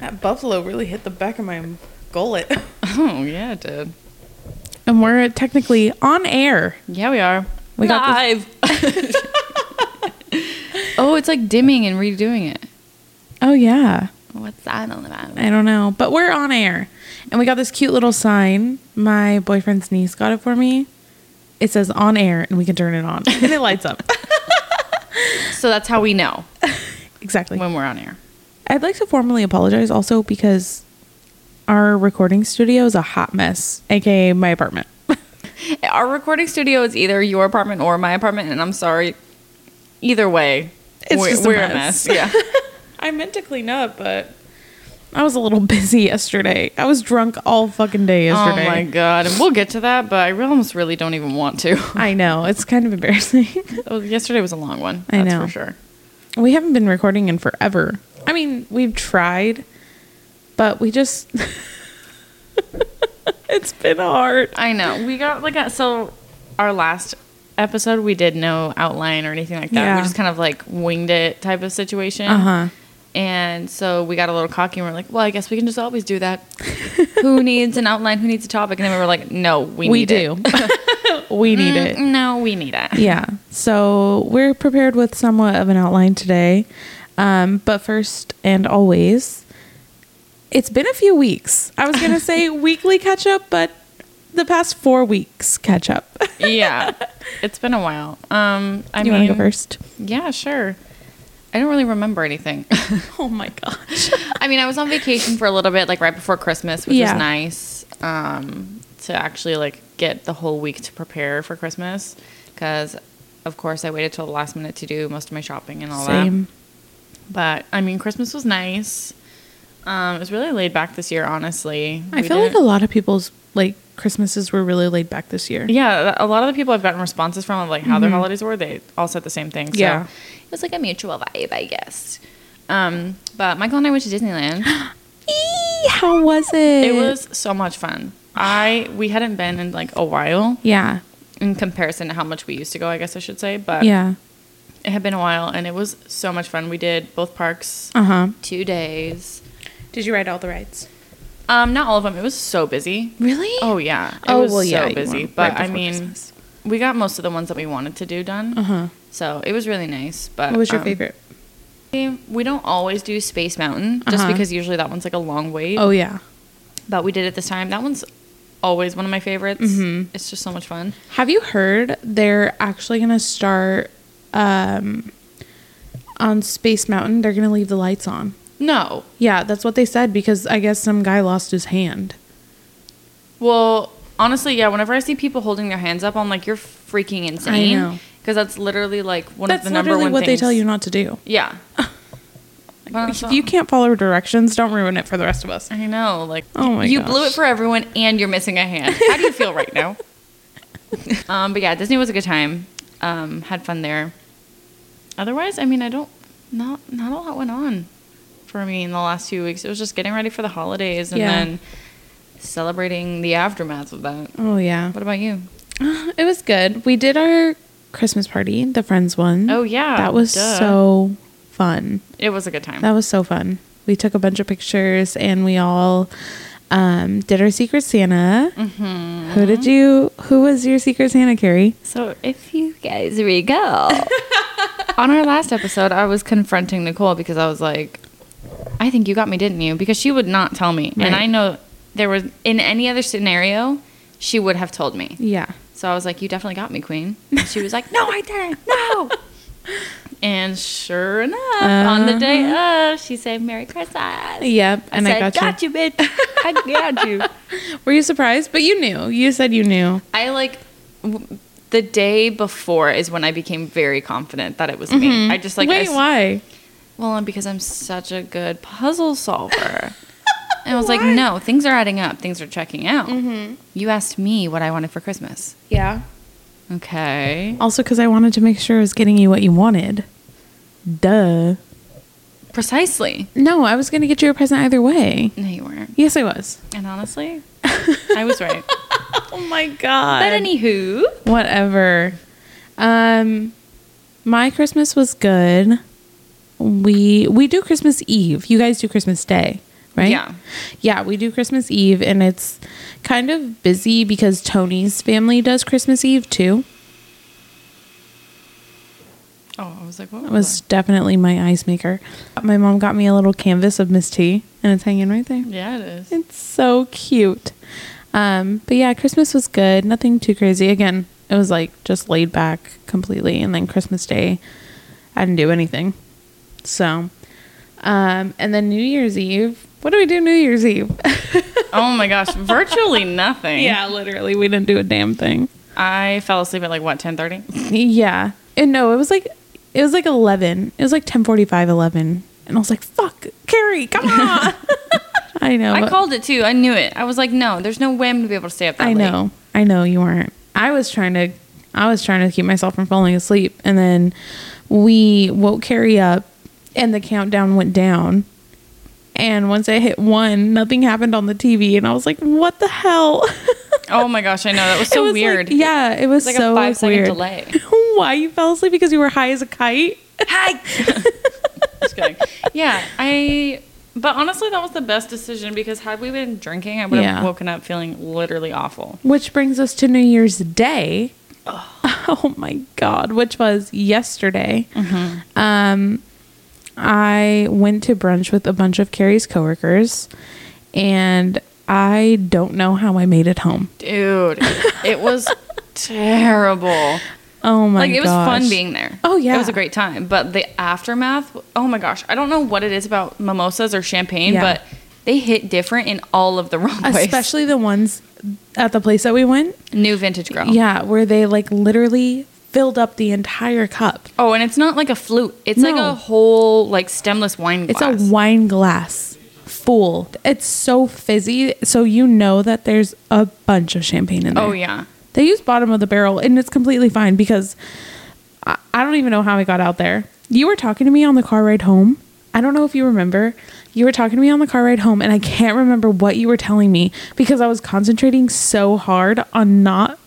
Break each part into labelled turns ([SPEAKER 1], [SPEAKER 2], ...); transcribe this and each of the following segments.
[SPEAKER 1] That buffalo really hit the back of my gullet.
[SPEAKER 2] Oh yeah, it did.
[SPEAKER 1] and we're technically on air.
[SPEAKER 2] Yeah, we are.
[SPEAKER 1] We got this-
[SPEAKER 2] oh, it's like dimming and redoing it.
[SPEAKER 1] Oh yeah.
[SPEAKER 2] What's that all about?
[SPEAKER 1] I don't know, but we're on air. And we got this cute little sign. My boyfriend's niece got it for me. It says on air and we can turn it on. And it lights up.
[SPEAKER 2] So that's how we know
[SPEAKER 1] exactly.
[SPEAKER 2] when we're on air.
[SPEAKER 1] I'd like to formally apologize also because our recording studio is a hot mess, aka my apartment.
[SPEAKER 2] Our recording studio is either your apartment or my apartment, and I'm sorry. Either way,
[SPEAKER 1] It's
[SPEAKER 2] we're,
[SPEAKER 1] just a
[SPEAKER 2] we're
[SPEAKER 1] mess.
[SPEAKER 2] Yeah.
[SPEAKER 1] I meant to clean up, but I was a little busy yesterday. I was drunk all fucking day
[SPEAKER 2] oh
[SPEAKER 1] yesterday.
[SPEAKER 2] my god, and we'll get to that, but I re- almost really don't even want to.
[SPEAKER 1] I know. It's kind of embarrassing.
[SPEAKER 2] Oh, yesterday was a long one.
[SPEAKER 1] I
[SPEAKER 2] That's
[SPEAKER 1] know.
[SPEAKER 2] for sure.
[SPEAKER 1] we haven't been recording in forever. I mean, we've tried, but we just. it's been hard.
[SPEAKER 2] I know. We got like a, so our last episode we did no outline or anything like that.
[SPEAKER 1] Yeah.
[SPEAKER 2] We just kind of like winged it type of situation.
[SPEAKER 1] Uh huh.
[SPEAKER 2] And so we got a little cocky and we're like, well, I guess we can just always do that. who needs an outline? Who needs a topic? And then we were like, no, we
[SPEAKER 1] We
[SPEAKER 2] need
[SPEAKER 1] do.
[SPEAKER 2] it.
[SPEAKER 1] we need
[SPEAKER 2] Mm,
[SPEAKER 1] it.
[SPEAKER 2] No, we need it.
[SPEAKER 1] Yeah. So we're prepared with somewhat of an outline today. Um, but first and always, it's been a few weeks. I was going to say weekly catch up, but the past four weeks catch up.
[SPEAKER 2] yeah. It's been a while. Um, I
[SPEAKER 1] you
[SPEAKER 2] mean,
[SPEAKER 1] want to go first?
[SPEAKER 2] yeah, sure. I don't really remember anything.
[SPEAKER 1] Oh my gosh.
[SPEAKER 2] I mean, I was on vacation for a little bit, like right before Christmas, which
[SPEAKER 1] Yeah.
[SPEAKER 2] was nice um, to actually like get the whole week to prepare for Christmas because, of course, I waited till the last minute to do most of my shopping and all
[SPEAKER 1] Same.
[SPEAKER 2] that. But I mean, Christmas was nice. Um, it was really laid back this year, honestly.
[SPEAKER 1] I
[SPEAKER 2] We
[SPEAKER 1] feel like a
[SPEAKER 2] didn't-
[SPEAKER 1] lot of people's like Christmases were really laid back this year.
[SPEAKER 2] yeah, a lot of the people I've gotten responses from of like how their holidays were, they all said the same thing.
[SPEAKER 1] Mm-hmm.
[SPEAKER 2] So
[SPEAKER 1] Yeah.
[SPEAKER 2] it was like a mutual vibe, I guess. Um, but Michael and I went to Disneyland.
[SPEAKER 1] Eee, how was it?
[SPEAKER 2] It was so much fun. I we hadn't been in like a while
[SPEAKER 1] Yeah.
[SPEAKER 2] in comparison to how much we used to go, I guess I should say, but
[SPEAKER 1] Yeah.
[SPEAKER 2] it had been a while and it was so much fun. We did both parks
[SPEAKER 1] Uh huh.
[SPEAKER 2] 2 days.
[SPEAKER 1] Did you ride all the rides?
[SPEAKER 2] Um not all of them. It was so busy.
[SPEAKER 1] Really?
[SPEAKER 2] Oh yeah. It
[SPEAKER 1] Oh,
[SPEAKER 2] was
[SPEAKER 1] well,
[SPEAKER 2] so
[SPEAKER 1] yeah, you
[SPEAKER 2] busy,
[SPEAKER 1] weren't
[SPEAKER 2] but
[SPEAKER 1] right
[SPEAKER 2] I
[SPEAKER 1] before
[SPEAKER 2] mean
[SPEAKER 1] Christmas.
[SPEAKER 2] we got most of the ones that we wanted to do done.
[SPEAKER 1] Uh-huh.
[SPEAKER 2] So, it was really nice, but
[SPEAKER 1] What was your
[SPEAKER 2] um,
[SPEAKER 1] favorite?
[SPEAKER 2] We don't always do Space Mountain just
[SPEAKER 1] Uh-huh.
[SPEAKER 2] because usually that one's like a long wait.
[SPEAKER 1] Oh yeah.
[SPEAKER 2] but we did it this time. That one's always one of my favorites.
[SPEAKER 1] Mm-hmm.
[SPEAKER 2] It's just so much fun.
[SPEAKER 1] Have you heard they're actually going to start um, on Space Mountain? They're going to leave the lights on.
[SPEAKER 2] No.
[SPEAKER 1] Yeah, that's what they said because I guess some guy lost his hand.
[SPEAKER 2] Well, honestly, yeah, whenever I see people holding their hands up, I'm like, you're freaking insane.
[SPEAKER 1] know.
[SPEAKER 2] Because that's literally like one
[SPEAKER 1] that's
[SPEAKER 2] of the number
[SPEAKER 1] literally
[SPEAKER 2] one
[SPEAKER 1] what they
[SPEAKER 2] things-
[SPEAKER 1] tell you not to do.
[SPEAKER 2] Yeah. But
[SPEAKER 1] if
[SPEAKER 2] it's not-
[SPEAKER 1] you can't follow directions, don't ruin it for the rest of us.
[SPEAKER 2] I know. Like,
[SPEAKER 1] Oh my
[SPEAKER 2] you blew
[SPEAKER 1] gosh.
[SPEAKER 2] it for everyone and you're missing a hand. How do you feel right now? um, but yeah, Disney was a good time. Um, had fun there. Otherwise, I mean, I don't, not, not a lot went on for me in the last few weeks. It was just getting ready for the holidays and
[SPEAKER 1] Yeah.
[SPEAKER 2] then celebrating the aftermath of that.
[SPEAKER 1] Oh, yeah.
[SPEAKER 2] What about you?
[SPEAKER 1] It was good. We did our Christmas party, the friends one.
[SPEAKER 2] Oh, yeah,
[SPEAKER 1] That was
[SPEAKER 2] duh.
[SPEAKER 1] so fun.
[SPEAKER 2] It was a good time.
[SPEAKER 1] That was so fun. We took a bunch of pictures and we all um, did our Secret Santa.
[SPEAKER 2] Mm-hmm.
[SPEAKER 1] Who did you? Who was your Secret Santa, Carrie?
[SPEAKER 2] So if you guys recall, on our last episode, I was confronting Nicole because I was like, "I think you got me, didn't you?" Because she would not tell me,
[SPEAKER 1] Right.
[SPEAKER 2] and I know there was in any other scenario, she would have told me.
[SPEAKER 1] Yeah.
[SPEAKER 2] So I was like, "You definitely got me, Queen." And she was like, "No, I didn't. No." and sure enough, on the day of, she said, "Merry Christmas." I
[SPEAKER 1] Yep. Uh-huh. And I,
[SPEAKER 2] said,
[SPEAKER 1] got, you.
[SPEAKER 2] you, bitch. I got you.
[SPEAKER 1] Were you surprised? But you knew. You said you knew.
[SPEAKER 2] I like w- the day before is when I became very confident that it was me. I just like I
[SPEAKER 1] Wait,
[SPEAKER 2] s-
[SPEAKER 1] why?
[SPEAKER 2] well, and because I'm such a good puzzle solver. And I was like, no, things are adding up. Things are checking out. You asked me what I wanted for Christmas.
[SPEAKER 1] Yeah.
[SPEAKER 2] Okay.
[SPEAKER 1] Also, because I wanted to make sure I was getting you what you wanted. Duh.
[SPEAKER 2] Precisely.
[SPEAKER 1] No, I was going to get you a present either way.
[SPEAKER 2] No, you weren't.
[SPEAKER 1] Yes, I was.
[SPEAKER 2] And honestly, I was right.
[SPEAKER 1] Oh my God.
[SPEAKER 2] But anywho,
[SPEAKER 1] whatever. Um, my Christmas was good. We we do Christmas Eve. You guys do Christmas Day, right?
[SPEAKER 2] Yeah.
[SPEAKER 1] Yeah, we do Christmas Eve and it's kind of busy because Tony's family does Christmas Eve too.
[SPEAKER 2] Oh, I was like, what
[SPEAKER 1] That was definitely my ice maker. My mom got me a little canvas of Miss T and it's hanging right there.
[SPEAKER 2] that? Yeah, it is.
[SPEAKER 1] It's so cute. Um, but yeah, Christmas was good. Nothing too crazy. Again, it was like just laid back completely. And then Christmas Day, I didn't do anything. So, um, and then New Year's Eve. What do we do New Year's Eve?
[SPEAKER 2] oh my gosh, virtually nothing.
[SPEAKER 1] yeah, literally, we didn't do a damn thing.
[SPEAKER 2] I fell asleep at like what, 10:30?
[SPEAKER 1] Yeah. And no, it was like it was like 11. It was like 10:45 11. And I was like, "Fuck, Carrie, come on." I know.
[SPEAKER 2] I called it too. I knew it. I was like, no, there's no way I'm gonna be able to stay up that
[SPEAKER 1] I
[SPEAKER 2] late.
[SPEAKER 1] know. I know you weren't. I was trying to I was trying to keep myself from falling asleep and then we woke Carrie up and the countdown went down. And once I hit 1, nothing happened on the TV and I was like, "What the hell?"
[SPEAKER 2] Oh my gosh, I know. That was
[SPEAKER 1] It
[SPEAKER 2] so
[SPEAKER 1] was like-
[SPEAKER 2] weird.
[SPEAKER 1] yeah, it was
[SPEAKER 2] It's like a
[SPEAKER 1] so
[SPEAKER 2] five-second
[SPEAKER 1] weird.
[SPEAKER 2] delay.
[SPEAKER 1] Why you fell asleep because you were high as a kite?
[SPEAKER 2] Hi. Just kidding. Yeah, I. But honestly, that was the best decision because had we been drinking, I would have
[SPEAKER 1] Yeah.
[SPEAKER 2] woken up feeling literally awful.
[SPEAKER 1] Which brings us to New Year's Day. Oh, my God, which was yesterday.
[SPEAKER 2] Mm-hmm.
[SPEAKER 1] Um, I went to brunch with a bunch of Carrie's coworkers, and I don't know how I made it home.
[SPEAKER 2] Dude, it was terrible.
[SPEAKER 1] Oh my
[SPEAKER 2] like it was fun
[SPEAKER 1] gosh.
[SPEAKER 2] being there.
[SPEAKER 1] Oh, yeah.
[SPEAKER 2] it was a great time. But the aftermath, oh my gosh, I don't know what it is about mimosas or champagne,
[SPEAKER 1] Yeah.
[SPEAKER 2] but they hit different in all of the wrong ways.
[SPEAKER 1] especially the ones at the place that we went.
[SPEAKER 2] new vintage girl.
[SPEAKER 1] Yeah, where they like literally filled up the entire cup.
[SPEAKER 2] Oh, and it's not like a flute. It's like
[SPEAKER 1] No.
[SPEAKER 2] a whole like stemless wine
[SPEAKER 1] It's
[SPEAKER 2] glass.
[SPEAKER 1] a wine glass full. It's so fizzy, so you know that there's a bunch of champagne in there.
[SPEAKER 2] Oh yeah.
[SPEAKER 1] They use bottom of the barrel, and it's completely fine because I, I don't even know how I got out there. You were talking to me on the car ride home. I don't know if you remember. You were talking to me on the car ride home, and I can't remember what you were telling me because I was concentrating so hard on not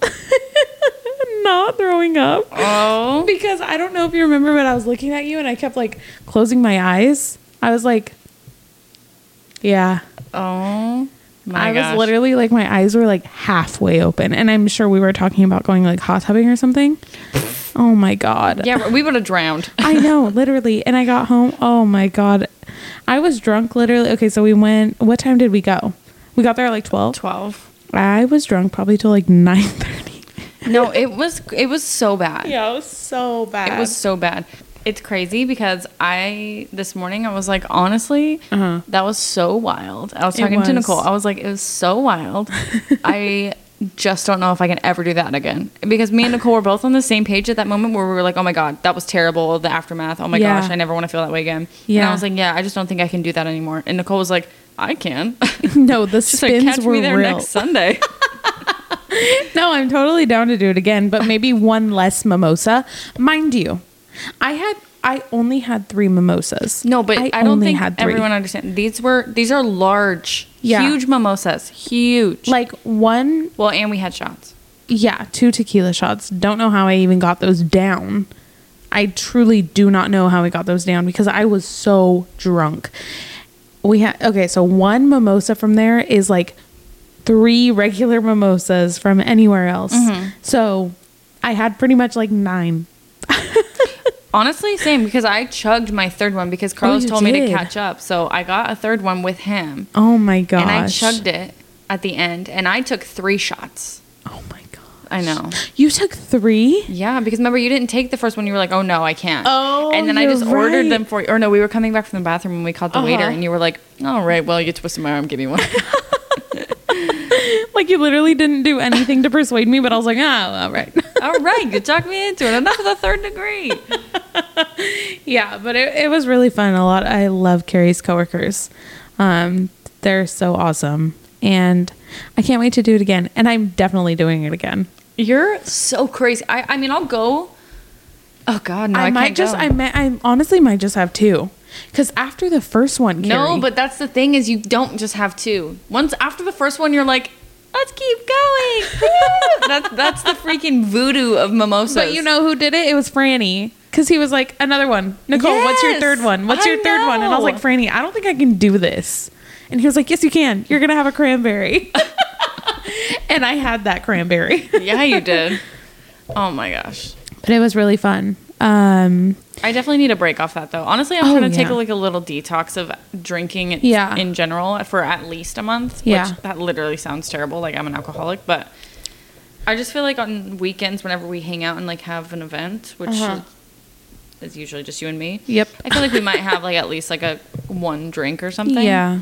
[SPEAKER 1] not throwing up.
[SPEAKER 2] Oh.
[SPEAKER 1] Because I don't know if you remember, but I was looking at you and I kept like closing my eyes. I was like, yeah.
[SPEAKER 2] Oh my
[SPEAKER 1] I
[SPEAKER 2] gosh.
[SPEAKER 1] was literally like, my eyes were like halfway open. And I'm sure we were talking about going like hot tubbing or something. Oh my God.
[SPEAKER 2] Yeah, we would have drowned.
[SPEAKER 1] I know, literally. And I got home. Oh my God. I was drunk, literally. Okay, so we went, what time did we go? We got there at like 12.
[SPEAKER 2] 12.
[SPEAKER 1] I was drunk probably till like 9.30.
[SPEAKER 2] No, it was it was so bad.
[SPEAKER 1] Yeah, it was so bad.
[SPEAKER 2] It was so bad. It's crazy because I this morning I was like, honestly,
[SPEAKER 1] Uh-huh.
[SPEAKER 2] that was so wild. I was
[SPEAKER 1] It
[SPEAKER 2] talking to
[SPEAKER 1] was.
[SPEAKER 2] Nicole. I was like, it was so wild. I just don't know if I can ever do that again because me and Nicole were both on the same page at that moment where we were like, oh my god, that was terrible. The aftermath. Oh my
[SPEAKER 1] Yeah.
[SPEAKER 2] gosh, I never want to feel that way again. And
[SPEAKER 1] Yeah.
[SPEAKER 2] I was like, yeah, I just don't think I can do that anymore. And Nicole was like, I can.
[SPEAKER 1] no, the
[SPEAKER 2] She's like,
[SPEAKER 1] spins
[SPEAKER 2] catch
[SPEAKER 1] were
[SPEAKER 2] me there
[SPEAKER 1] real.
[SPEAKER 2] next Sunday.
[SPEAKER 1] No, I'm totally down to do it again, but maybe one less mimosa. Mind you, I had I only had three mimosas.
[SPEAKER 2] No, but I, don't
[SPEAKER 1] only
[SPEAKER 2] think
[SPEAKER 1] had three.
[SPEAKER 2] everyone understands. These were these are large,
[SPEAKER 1] Yeah.
[SPEAKER 2] huge mimosas, huge.
[SPEAKER 1] like one
[SPEAKER 2] well, and we had shots.
[SPEAKER 1] yeah, two tequila shots. Don't know how I even got those down. I truly do not know how I got those down because I was so drunk. We had okay, so one mimosa from there is like three regular mimosas from anywhere else. So I had pretty much like nine.
[SPEAKER 2] Honestly, same because I chugged my third one because Carlos
[SPEAKER 1] you
[SPEAKER 2] told me to
[SPEAKER 1] did.
[SPEAKER 2] catch up, so I got a third one with him,
[SPEAKER 1] Oh my gosh.
[SPEAKER 2] and I chugged it at the end, and I took three shots.
[SPEAKER 1] Oh my god.
[SPEAKER 2] I know.
[SPEAKER 1] You took three?
[SPEAKER 2] Yeah, because remember you didn't take the first one. You were like, "Oh no, I can't."
[SPEAKER 1] Oh,
[SPEAKER 2] and then I
[SPEAKER 1] you're
[SPEAKER 2] just ordered
[SPEAKER 1] right.
[SPEAKER 2] them for you. Or no, we were coming back from the bathroom and we called the waiter,
[SPEAKER 1] Uh-huh.
[SPEAKER 2] and you were like, "All right, well, you twisted my arm. Give me one."
[SPEAKER 1] Like you literally didn't do anything to persuade me, but I was like, ah, all right.
[SPEAKER 2] All right, you talked me into it. Enough of the third degree.
[SPEAKER 1] yeah, but it, it was really fun. A lot. I love Carrie's coworkers. Um, they're so awesome, and I can't wait to do it again. And I'm definitely doing it again.
[SPEAKER 2] You're so crazy. I, I mean, I'll go. Oh God, no, I,
[SPEAKER 1] I, might
[SPEAKER 2] can't
[SPEAKER 1] just.
[SPEAKER 2] go.
[SPEAKER 1] I might. I honestly might just have two, because after the first one,
[SPEAKER 2] no,
[SPEAKER 1] Carrie-
[SPEAKER 2] but that's the thing is you don't just have two. Once after the first one, you're like, let's keep going. that's that's the freaking voodoo of mimosas.
[SPEAKER 1] But you know who did it? It was Franny. Because he was like, another one. Nicole, what's your
[SPEAKER 2] Yes,
[SPEAKER 1] third one? What's
[SPEAKER 2] I
[SPEAKER 1] your third one? And I was like,
[SPEAKER 2] know.
[SPEAKER 1] Franny, I don't think I can do this. And he was like, Yes, you can. You're going to have a cranberry. and I had that cranberry.
[SPEAKER 2] yeah, you did. Oh my gosh.
[SPEAKER 1] but it was really fun. Um,
[SPEAKER 2] I definitely need a break off that though. Honestly, I'm
[SPEAKER 1] Oh,
[SPEAKER 2] going to take
[SPEAKER 1] yeah.
[SPEAKER 2] like a little detox of drinking it-
[SPEAKER 1] Yeah.
[SPEAKER 2] in general for at least a month.
[SPEAKER 1] Yeah.
[SPEAKER 2] Which that literally sounds terrible. Like I'm an alcoholic, but I just feel like on weekends, whenever we hang out and like have an event, which
[SPEAKER 1] Uh-huh.
[SPEAKER 2] is usually just you and me.
[SPEAKER 1] Yep.
[SPEAKER 2] I feel like we might have like at least like a one drink or something.
[SPEAKER 1] yeah.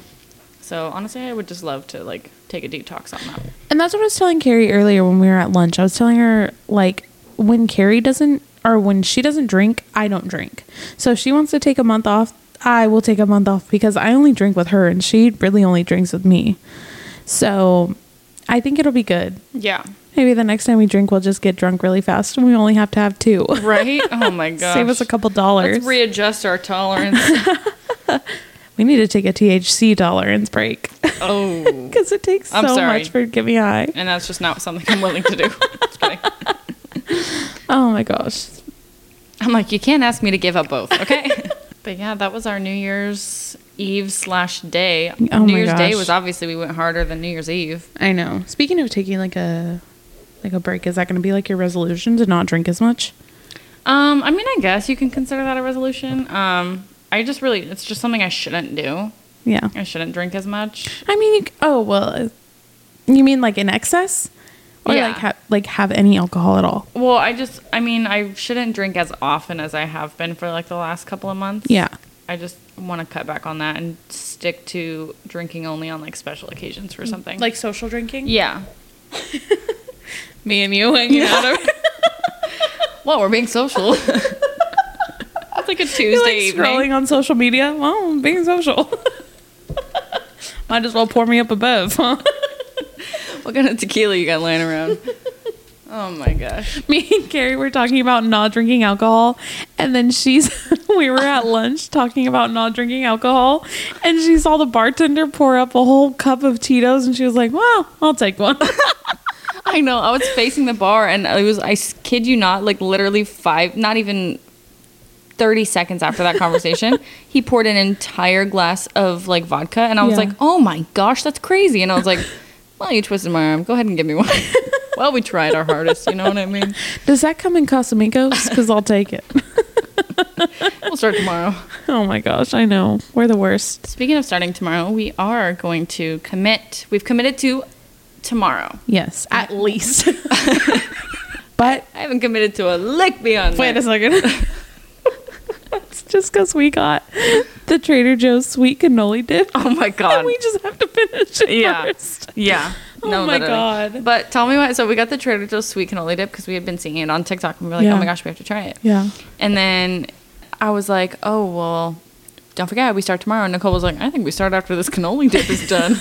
[SPEAKER 2] So honestly, I would just love to like take a detox on that.
[SPEAKER 1] And that's what I was telling Carrie earlier when we were at lunch. I was telling her like when Carrie doesn't or when she doesn't drink, I don't drink. So if she wants to take a month off, I will take a month off because I only drink with her and she really only drinks with me. So I think it'll be good.
[SPEAKER 2] Yeah.
[SPEAKER 1] Maybe the next time we drink, we'll just get drunk really fast and we only have to have two.
[SPEAKER 2] Right? Oh my gosh.
[SPEAKER 1] Save us a couple dollars.
[SPEAKER 2] Let's readjust our tolerance.
[SPEAKER 1] we need to take a THC tolerance break
[SPEAKER 2] oh.
[SPEAKER 1] because it takes
[SPEAKER 2] I'm
[SPEAKER 1] so
[SPEAKER 2] sorry.
[SPEAKER 1] much for getting me high.
[SPEAKER 2] And that's just not something I'm willing to do. Just kidding.
[SPEAKER 1] Oh my gosh.
[SPEAKER 2] I'm like, you can't ask me to give up both, okay? but yeah, that was our New Year's Eve slash day.
[SPEAKER 1] Oh my
[SPEAKER 2] New Year's Day
[SPEAKER 1] gosh.
[SPEAKER 2] was obviously we went harder than New Year's Eve.
[SPEAKER 1] I know. Speaking of taking like a like a break, is that going to be like your resolution to not drink as much?
[SPEAKER 2] Um, I mean, I guess you can consider that a resolution. Um, I just really, it's just something I shouldn't do.
[SPEAKER 1] Yeah.
[SPEAKER 2] I shouldn't drink as much.
[SPEAKER 1] I mean, you, c- oh well. You mean like in excess, or
[SPEAKER 2] Yeah.
[SPEAKER 1] like ha- like have any alcohol at all?
[SPEAKER 2] Well, I just, I mean, I shouldn't drink as often as I have been for like the last couple of months.
[SPEAKER 1] Yeah.
[SPEAKER 2] I just want to cut back on that and stick to drinking only on like special occasions for something.
[SPEAKER 1] social drinking.
[SPEAKER 2] yeah.
[SPEAKER 1] Me and you hanging out. over-
[SPEAKER 2] Well, we're being social. it's like a Tuesday
[SPEAKER 1] You're like
[SPEAKER 2] evening.
[SPEAKER 1] scrolling on social media. Well, I'm being social. Might as well pour me up a bev, huh?
[SPEAKER 2] What kind of tequila you got lying around? oh my gosh.
[SPEAKER 1] me and Carrie were talking about not drinking alcohol, and then she's we were at lunch talking about not drinking alcohol, and she saw the bartender pour up a whole cup of Tito's, and she was like, "Well, I'll take one."
[SPEAKER 2] I know. I was facing the bar and it was, I s- kid you not, like literally five, not even 30 seconds after that conversation, he poured an entire glass of like vodka. And I was
[SPEAKER 1] Yeah.
[SPEAKER 2] like, oh my gosh, that's crazy. And I was like, well, you twisted my arm. Go ahead and give me one. well, we tried our hardest. You know what I mean?
[SPEAKER 1] Does that come in Casamigos? Because I'll take it.
[SPEAKER 2] We'll start tomorrow.
[SPEAKER 1] Oh my gosh, I know we're the worst.
[SPEAKER 2] Speaking of starting tomorrow, we are going to commit. We've committed to tomorrow.
[SPEAKER 1] Yes, at least. but
[SPEAKER 2] I haven't committed to a lick beyond
[SPEAKER 1] wait a
[SPEAKER 2] that.
[SPEAKER 1] second. It's just because we got the Trader Joe's sweet cannoli dip.
[SPEAKER 2] Oh my
[SPEAKER 1] And
[SPEAKER 2] god.
[SPEAKER 1] we just have to finish it
[SPEAKER 2] Yeah.
[SPEAKER 1] first.
[SPEAKER 2] yeah.
[SPEAKER 1] Oh my God.
[SPEAKER 2] But tell me why. So we got the Trader Joe's sweet cannoli dip because we had been seeing it on TikTok and we were like,
[SPEAKER 1] Yeah.
[SPEAKER 2] oh my gosh, we have to try it.
[SPEAKER 1] Yeah.
[SPEAKER 2] And then I was like, oh well, don't forget we start tomorrow. And Nicole was like, I think we start after this cannoli dip is done.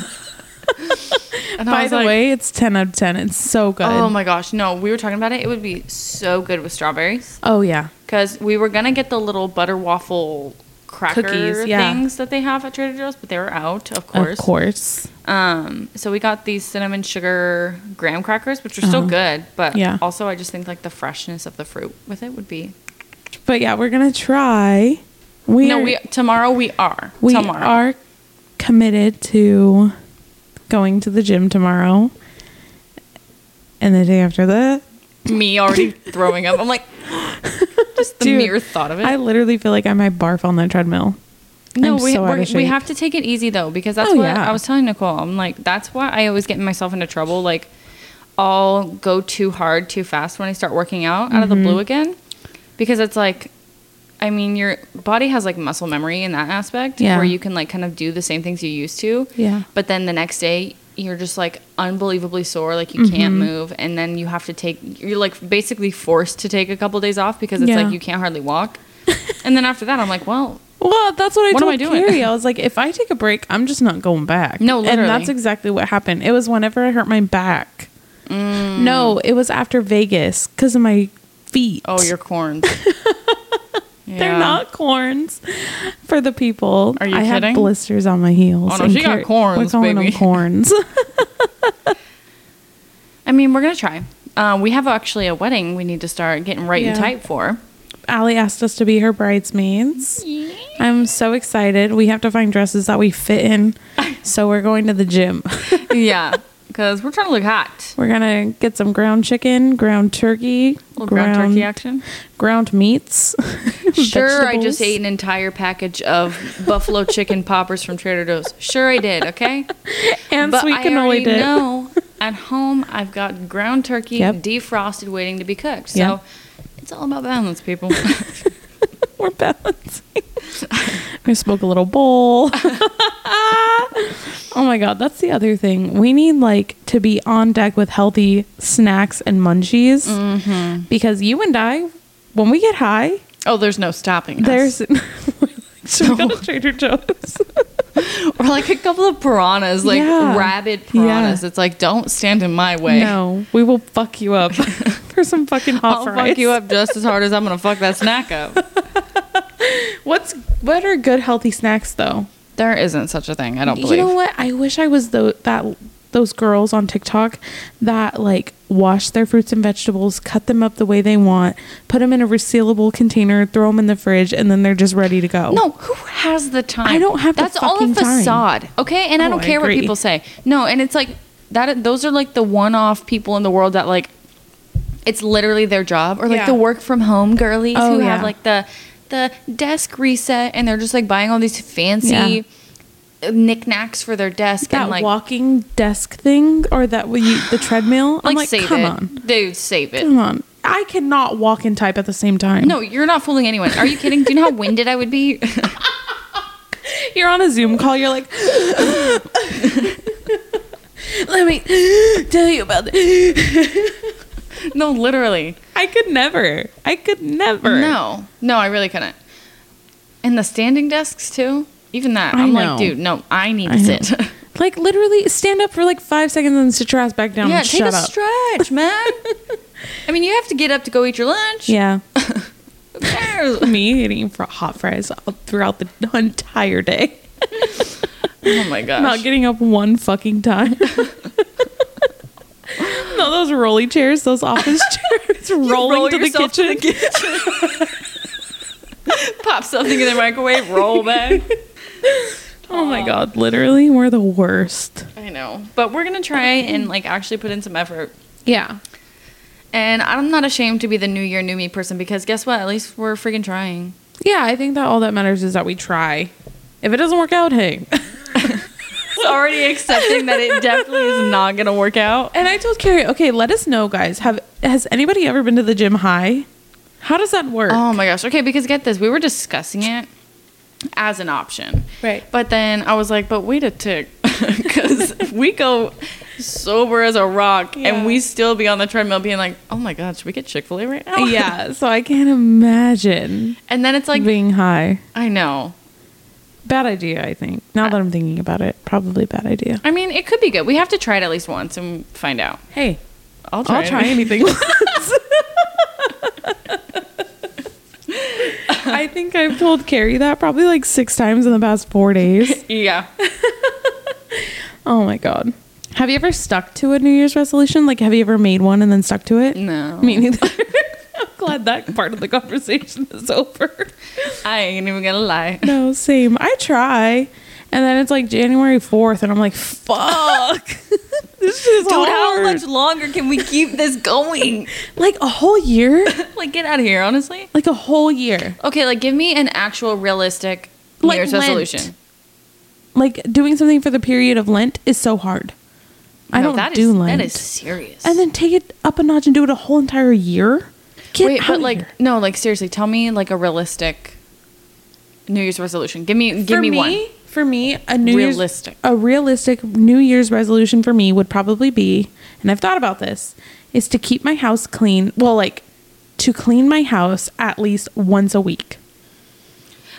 [SPEAKER 2] and I
[SPEAKER 1] By
[SPEAKER 2] was
[SPEAKER 1] the
[SPEAKER 2] like,
[SPEAKER 1] way, it's 10 out of 10. It's so good.
[SPEAKER 2] Oh my gosh, no, we were talking about it. It would be so good with strawberries.
[SPEAKER 1] Oh, yeah.
[SPEAKER 2] because we were gonna get the little butter waffle cracker
[SPEAKER 1] Cookies, yeah.
[SPEAKER 2] things that they have at Trader Joe's, but they were out, of course.
[SPEAKER 1] Of course.
[SPEAKER 2] Um, so we got these cinnamon sugar graham crackers, which are still
[SPEAKER 1] Uh-huh.
[SPEAKER 2] good, but
[SPEAKER 1] Yeah.
[SPEAKER 2] also I just think like the freshness of the fruit with it would be.
[SPEAKER 1] But yeah, we're going to try. We
[SPEAKER 2] no,
[SPEAKER 1] are,
[SPEAKER 2] we tomorrow we are
[SPEAKER 1] we
[SPEAKER 2] tomorrow.
[SPEAKER 1] are committed to going to the gym tomorrow and the day after that.
[SPEAKER 2] me already throwing up. I'm like, just the
[SPEAKER 1] Dude,
[SPEAKER 2] mere thought of it.
[SPEAKER 1] I literally feel like I might barf on that treadmill.
[SPEAKER 2] No,
[SPEAKER 1] I'm
[SPEAKER 2] we,
[SPEAKER 1] so out
[SPEAKER 2] we're,
[SPEAKER 1] of
[SPEAKER 2] we
[SPEAKER 1] shape.
[SPEAKER 2] have to take it easy though, because that's
[SPEAKER 1] Oh,
[SPEAKER 2] what
[SPEAKER 1] yeah.
[SPEAKER 2] I was telling Nicole. I'm like, that's why I always get myself into trouble. Like, I'll go too hard, too fast when I start working out out of the
[SPEAKER 1] Mm-hmm.
[SPEAKER 2] blue again, because it's like, I mean, your body has like muscle memory in that aspect,
[SPEAKER 1] Yeah.
[SPEAKER 2] where you can like kind of do the same things you used to.
[SPEAKER 1] Yeah.
[SPEAKER 2] But then the next day, you're just like unbelievably sore, like you can't
[SPEAKER 1] Mm-hmm.
[SPEAKER 2] move, and then you have to take. You're like basically forced to take a couple days off because it's
[SPEAKER 1] Yeah.
[SPEAKER 2] like you can't hardly walk. and then after that, I'm like, well,
[SPEAKER 1] Well, that's what I
[SPEAKER 2] What am
[SPEAKER 1] told
[SPEAKER 2] I doing?
[SPEAKER 1] Carrie. I was like, if I take a break, I'm just not going back.
[SPEAKER 2] No, literally.
[SPEAKER 1] And that's exactly what happened. It was whenever I hurt my back.
[SPEAKER 2] Mm.
[SPEAKER 1] No, it was after Vegas because of my feet.
[SPEAKER 2] oh, your corns.
[SPEAKER 1] They're
[SPEAKER 2] Yeah.
[SPEAKER 1] not corns for the people.
[SPEAKER 2] Are you
[SPEAKER 1] I
[SPEAKER 2] kidding?
[SPEAKER 1] have blisters on my heels.
[SPEAKER 2] Oh, no,
[SPEAKER 1] and
[SPEAKER 2] she got
[SPEAKER 1] Carrie- We're
[SPEAKER 2] corns,
[SPEAKER 1] calling
[SPEAKER 2] baby.
[SPEAKER 1] them corns.
[SPEAKER 2] I mean, we're gonna try. Uh, we have actually a wedding we need to start getting right and
[SPEAKER 1] Yeah.
[SPEAKER 2] tight for.
[SPEAKER 1] Allie asked us to be her bridesmaids. I'm so excited. We have to find dresses that we fit in. So we're going to the gym.
[SPEAKER 2] yeah, because we're trying to look hot.
[SPEAKER 1] We're gonna get some ground chicken, ground turkey,
[SPEAKER 2] A little ground, turkey action.
[SPEAKER 1] ground meats.
[SPEAKER 2] Sure, I just
[SPEAKER 1] vegetables.
[SPEAKER 2] ate an entire package of buffalo chicken poppers from Trader Joe's. Sure, I did. Okay,
[SPEAKER 1] and
[SPEAKER 2] but
[SPEAKER 1] sweet
[SPEAKER 2] I
[SPEAKER 1] cannoli
[SPEAKER 2] already
[SPEAKER 1] dip.
[SPEAKER 2] know at home I've got ground turkey
[SPEAKER 1] Yep.
[SPEAKER 2] defrosted, waiting to be cooked. So
[SPEAKER 1] Yeah.
[SPEAKER 2] it's all about balance, people.
[SPEAKER 1] We're balancing. I spoke a little bowl. oh my god, that's the other thing. We need like to be on deck with healthy snacks and munchies
[SPEAKER 2] Mm-hmm.
[SPEAKER 1] because you and I, when we get high,
[SPEAKER 2] oh, there's no stopping. Us.
[SPEAKER 1] there's so we go to Trader Joe's.
[SPEAKER 2] We're like a couple of piranhas, like
[SPEAKER 1] Yeah.
[SPEAKER 2] rabid piranhas.
[SPEAKER 1] Yeah.
[SPEAKER 2] It's like, don't stand in my way.
[SPEAKER 1] No, we will fuck you up for some fucking hot
[SPEAKER 2] I'll
[SPEAKER 1] fries.
[SPEAKER 2] fuck you up just as hard as I'm gonna fuck that snack up.
[SPEAKER 1] What's what are good healthy snacks though?
[SPEAKER 2] There isn't such a thing. I don't
[SPEAKER 1] You
[SPEAKER 2] believe.
[SPEAKER 1] know what? I wish I was tho- that those girls on TikTok that like wash their fruits and vegetables, cut them up the way they want, put them in a resealable container, throw them in the fridge, and then they're just ready to go.
[SPEAKER 2] No, who has the time?
[SPEAKER 1] I don't have the
[SPEAKER 2] That's all a
[SPEAKER 1] fucking time.
[SPEAKER 2] facade, okay? And I
[SPEAKER 1] Oh,
[SPEAKER 2] don't
[SPEAKER 1] I
[SPEAKER 2] care what
[SPEAKER 1] agree.
[SPEAKER 2] people say. No, and it's like that. Those are like the one-off people in the world that like, it's literally their job, or like
[SPEAKER 1] Yeah.
[SPEAKER 2] the work from home girlies
[SPEAKER 1] Oh,
[SPEAKER 2] who
[SPEAKER 1] yeah.
[SPEAKER 2] have like the the desk reset, and they're just like buying all these fancy knickknacks for their desk
[SPEAKER 1] that
[SPEAKER 2] and like
[SPEAKER 1] walking desk thing or that what you, the treadmill. I'm like,
[SPEAKER 2] save
[SPEAKER 1] come
[SPEAKER 2] it,
[SPEAKER 1] on,
[SPEAKER 2] dude, save it.
[SPEAKER 1] come on. I cannot walk and type at the same time.
[SPEAKER 2] No, you're not fooling anyone. Are you kidding? Do you know how winded I would be?
[SPEAKER 1] you're on a Zoom call. You're like, let me tell you about this.
[SPEAKER 2] no, literally.
[SPEAKER 1] I could never. I could never.
[SPEAKER 2] No, no, I really couldn't. And the standing desks too. Even that,
[SPEAKER 1] I
[SPEAKER 2] I'm
[SPEAKER 1] know.
[SPEAKER 2] like, dude, no, I need
[SPEAKER 1] I
[SPEAKER 2] to sit.
[SPEAKER 1] know. Like literally stand up for like five seconds and sit your ass back down
[SPEAKER 2] yeah,
[SPEAKER 1] and
[SPEAKER 2] take
[SPEAKER 1] Um, shut
[SPEAKER 2] a
[SPEAKER 1] up.
[SPEAKER 2] stretch, man. I mean, you have to get up to go eat your lunch.
[SPEAKER 1] yeah.
[SPEAKER 2] Who cares?
[SPEAKER 1] Me eating fr- hot fries all- throughout the entire day.
[SPEAKER 2] oh my gosh.
[SPEAKER 1] Not getting up one fucking time. no, those rolly chairs, those office chairs rolling
[SPEAKER 2] roll
[SPEAKER 1] to the
[SPEAKER 2] yourself to
[SPEAKER 1] kitchen.
[SPEAKER 2] Pop something in the microwave, roll back.
[SPEAKER 1] oh my god, literally we're the worst.
[SPEAKER 2] I know, but we're gonna try and like actually put in some effort.
[SPEAKER 1] Yeah.
[SPEAKER 2] And I'm not ashamed to be the new year, new me person because guess what? At least we're freaking trying.
[SPEAKER 1] Yeah, I think that all that matters is that we try. If it doesn't work out, hey.
[SPEAKER 2] It's already accepting that it definitely is not gonna work out.
[SPEAKER 1] And I told Carrie, okay, let us know, guys. Have has anybody ever been to the gym high? How does that work?
[SPEAKER 2] Oh my gosh. Okay, because get this, we were discussing it as an option.
[SPEAKER 1] Right.
[SPEAKER 2] But then I was like, but wait a tick. Because we go sober as a rock
[SPEAKER 1] Yeah.
[SPEAKER 2] and we still be on the treadmill being like, oh my God, should we get Chick fil A right now?
[SPEAKER 1] yeah, so I can't imagine
[SPEAKER 2] And then it's like,
[SPEAKER 1] being high.
[SPEAKER 2] I know.
[SPEAKER 1] Bad idea, I think. Now that I'm thinking about it, probably bad idea.
[SPEAKER 2] I mean, it could be good. We have to try it at least once and find out.
[SPEAKER 1] Hey,
[SPEAKER 2] I'll try
[SPEAKER 1] I'll
[SPEAKER 2] it.
[SPEAKER 1] try anything. once. I think I've told Carrie that probably like six times in the past four days.
[SPEAKER 2] Yeah.
[SPEAKER 1] Oh my god. Have you ever stuck to a New Year's resolution? Like, have you ever made one and then stuck to it?
[SPEAKER 2] No.
[SPEAKER 1] Me neither. I'm glad that part of the conversation is over.
[SPEAKER 2] I ain't even going to lie.
[SPEAKER 1] No, same. I try. And then it's like January 4th, and I'm like, fuck. this is
[SPEAKER 2] Dude,
[SPEAKER 1] hard.
[SPEAKER 2] how much longer can we keep this going?
[SPEAKER 1] Like a whole year?
[SPEAKER 2] like, get out of here, honestly.
[SPEAKER 1] Like a whole year.
[SPEAKER 2] Okay, like give me an actual realistic New
[SPEAKER 1] Like
[SPEAKER 2] Year's
[SPEAKER 1] Lent.
[SPEAKER 2] resolution.
[SPEAKER 1] Like doing something for the period of Lent is so hard. I
[SPEAKER 2] No,
[SPEAKER 1] don't
[SPEAKER 2] that is-
[SPEAKER 1] do Lent.
[SPEAKER 2] That is serious.
[SPEAKER 1] and then take it up a notch and do it a whole entire year? Get
[SPEAKER 2] wait,
[SPEAKER 1] out
[SPEAKER 2] but
[SPEAKER 1] of
[SPEAKER 2] like
[SPEAKER 1] here.
[SPEAKER 2] no, like seriously, tell me like a realistic New Year's resolution. Give me give
[SPEAKER 1] for
[SPEAKER 2] me,
[SPEAKER 1] me,
[SPEAKER 2] one.
[SPEAKER 1] For me, a New
[SPEAKER 2] Realistic.
[SPEAKER 1] Year's a realistic New Year's resolution for me would probably be, and I've thought about this, is to keep my house clean. Well, like to clean my house at least once a week.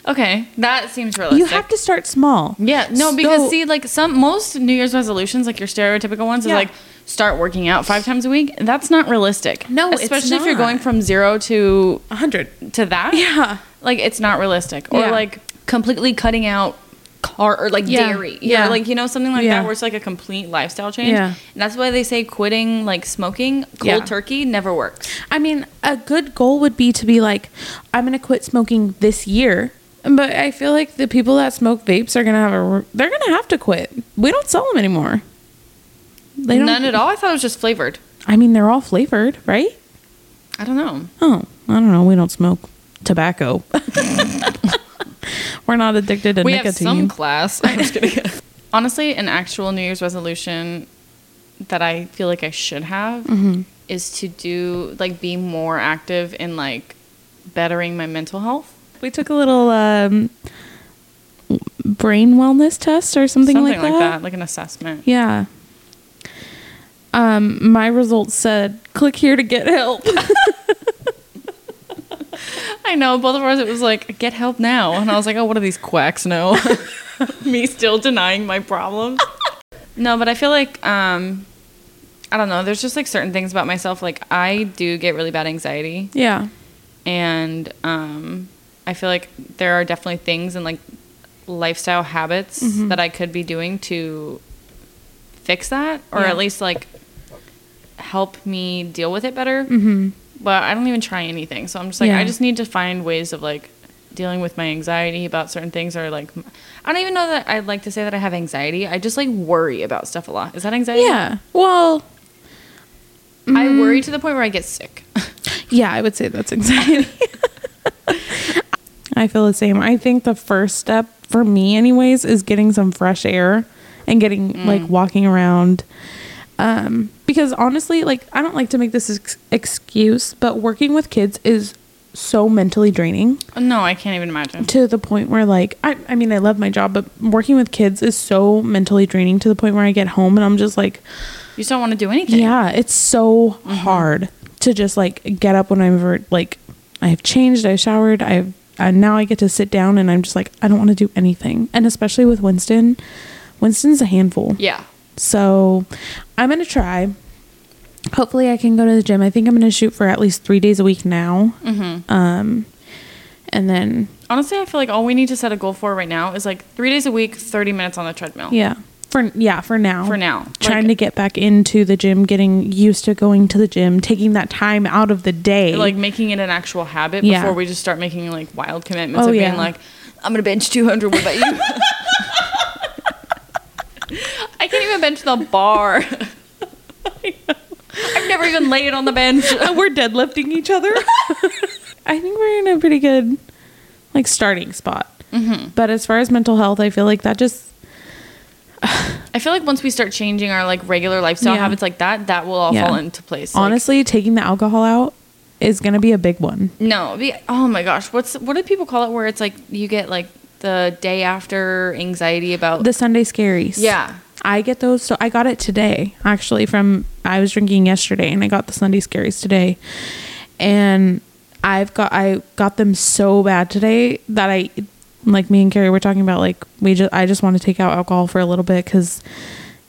[SPEAKER 2] Okay, that seems realistic.
[SPEAKER 1] You have to start small.
[SPEAKER 2] Yeah, no, because
[SPEAKER 1] So-
[SPEAKER 2] see, like some most New Year's resolutions, like your stereotypical ones,
[SPEAKER 1] Yeah.
[SPEAKER 2] is like start working out five times a week. That's not realistic.
[SPEAKER 1] No, it's
[SPEAKER 2] especially if you're
[SPEAKER 1] not.
[SPEAKER 2] going from zero to
[SPEAKER 1] a hundred.
[SPEAKER 2] to that.
[SPEAKER 1] Yeah.
[SPEAKER 2] like it's not realistic. Or
[SPEAKER 1] Yeah.
[SPEAKER 2] like completely cutting out car or like
[SPEAKER 1] Yeah.
[SPEAKER 2] dairy.
[SPEAKER 1] Yeah.
[SPEAKER 2] Yeah, like you know something like
[SPEAKER 1] Yeah.
[SPEAKER 2] that where it's like a complete lifestyle change.
[SPEAKER 1] Yeah.
[SPEAKER 2] and that's why they say quitting like smoking cold
[SPEAKER 1] Yeah.
[SPEAKER 2] turkey never works.
[SPEAKER 1] I mean, a good goal would be to be like, I'm gonna quit smoking this year. But I feel like the people that smoke vapes are gonna have a they're gonna have to quit. We don't sell them anymore. They don't. e-
[SPEAKER 2] None at all. I thought it was just flavored.
[SPEAKER 1] I mean, they're all flavored, right?
[SPEAKER 2] I don't know.
[SPEAKER 1] Oh, I don't know. We don't smoke tobacco. We're not addicted to
[SPEAKER 2] we
[SPEAKER 1] nicotine.
[SPEAKER 2] have some class. I'm just kidding. Honestly, an actual New Year's resolution that I feel like I should have
[SPEAKER 1] Mm-hmm.
[SPEAKER 2] is to do like be more active in like bettering my mental health.
[SPEAKER 1] we took a little um, brain wellness test or something,
[SPEAKER 2] Something
[SPEAKER 1] like, that.
[SPEAKER 2] like an assessment.
[SPEAKER 1] Yeah. Um, my results said, "Click here to get help."
[SPEAKER 2] I know, both of ours it was like, get help now. And I was like, Oh, what do these quacks know? Me still denying my problems. no, but I feel like um I don't know, there's just like certain things about myself. Like I do get really bad anxiety.
[SPEAKER 1] yeah.
[SPEAKER 2] and um, I feel like there are definitely things and like lifestyle habits
[SPEAKER 1] Mm-hmm.
[SPEAKER 2] that I could be doing to fix that, or
[SPEAKER 1] Yeah.
[SPEAKER 2] at least like help me deal with it better.
[SPEAKER 1] Mm-hmm.
[SPEAKER 2] But I don't even try anything, so I'm just like
[SPEAKER 1] Yeah.
[SPEAKER 2] I just need to find ways of like dealing with my anxiety about certain things or like m- I don't even know that I'd like to say that I have anxiety. I just like worry about stuff a lot. Is that anxiety?
[SPEAKER 1] Yeah. Mm-hmm. Well,
[SPEAKER 2] I worry to the point where I get sick.
[SPEAKER 1] Yeah, I would say that's anxiety. I feel the same. I think the first step for me, anyways, is getting some fresh air and getting like walking around. Um, because honestly, like, I don't like to make this ex- excuse, but working with kids is so mentally draining
[SPEAKER 2] no, I can't even imagine.
[SPEAKER 1] to the point where, like, I, I mean, I love my job, but working with kids is so mentally draining to the point where I get home and I'm just like,
[SPEAKER 2] You just don't want to do anything.
[SPEAKER 1] yeah, it's so
[SPEAKER 2] Mm-hmm.
[SPEAKER 1] hard to just like get up whenever like I have changed, I've showered, I've and now I get to sit down and I'm just like I don't want to do anything. And especially with Winston, Winston's a handful.
[SPEAKER 2] Yeah.
[SPEAKER 1] So I'm gonna try. Hopefully, I can go to the gym. I think I'm gonna shoot for at least three days a week now.
[SPEAKER 2] Mm-hmm.
[SPEAKER 1] Um, and then
[SPEAKER 2] Honestly, I feel like all we need to set a goal for right now is like three days a week, 30 minutes on the treadmill.
[SPEAKER 1] yeah, for yeah for now
[SPEAKER 2] For now.
[SPEAKER 1] Trying
[SPEAKER 2] Like-
[SPEAKER 1] to get back into the gym, getting used to going to the gym, taking that time out of the day.
[SPEAKER 2] Like making it an actual habit
[SPEAKER 1] Yeah.
[SPEAKER 2] before we just start making like wild commitments
[SPEAKER 1] Oh,
[SPEAKER 2] of
[SPEAKER 1] yeah.
[SPEAKER 2] being like, I'm going to bench 200. What about you? I can't even bench the bar. I've never even laid on the bench.
[SPEAKER 1] we're deadlifting each other. I think we're in a pretty good like starting spot.
[SPEAKER 2] Mm-hmm.
[SPEAKER 1] But as far as mental health, I feel like that just
[SPEAKER 2] I feel like once we start changing our like regular lifestyle
[SPEAKER 1] Yeah.
[SPEAKER 2] habits like that, that will all
[SPEAKER 1] Yeah.
[SPEAKER 2] fall into place. Like,
[SPEAKER 1] honestly taking the alcohol out is going to be a big one.
[SPEAKER 2] No, be, oh my gosh, what's what do people call it? Where it's like you get like the day after anxiety about
[SPEAKER 1] The Sunday scaries.
[SPEAKER 2] Yeah.
[SPEAKER 1] I get those so I got it today actually from I was drinking yesterday and I got the Sunday scaries today. And I've got I got them so bad today that I like me and Carrie were talking about like we just I just want to take out alcohol for a little bit cuz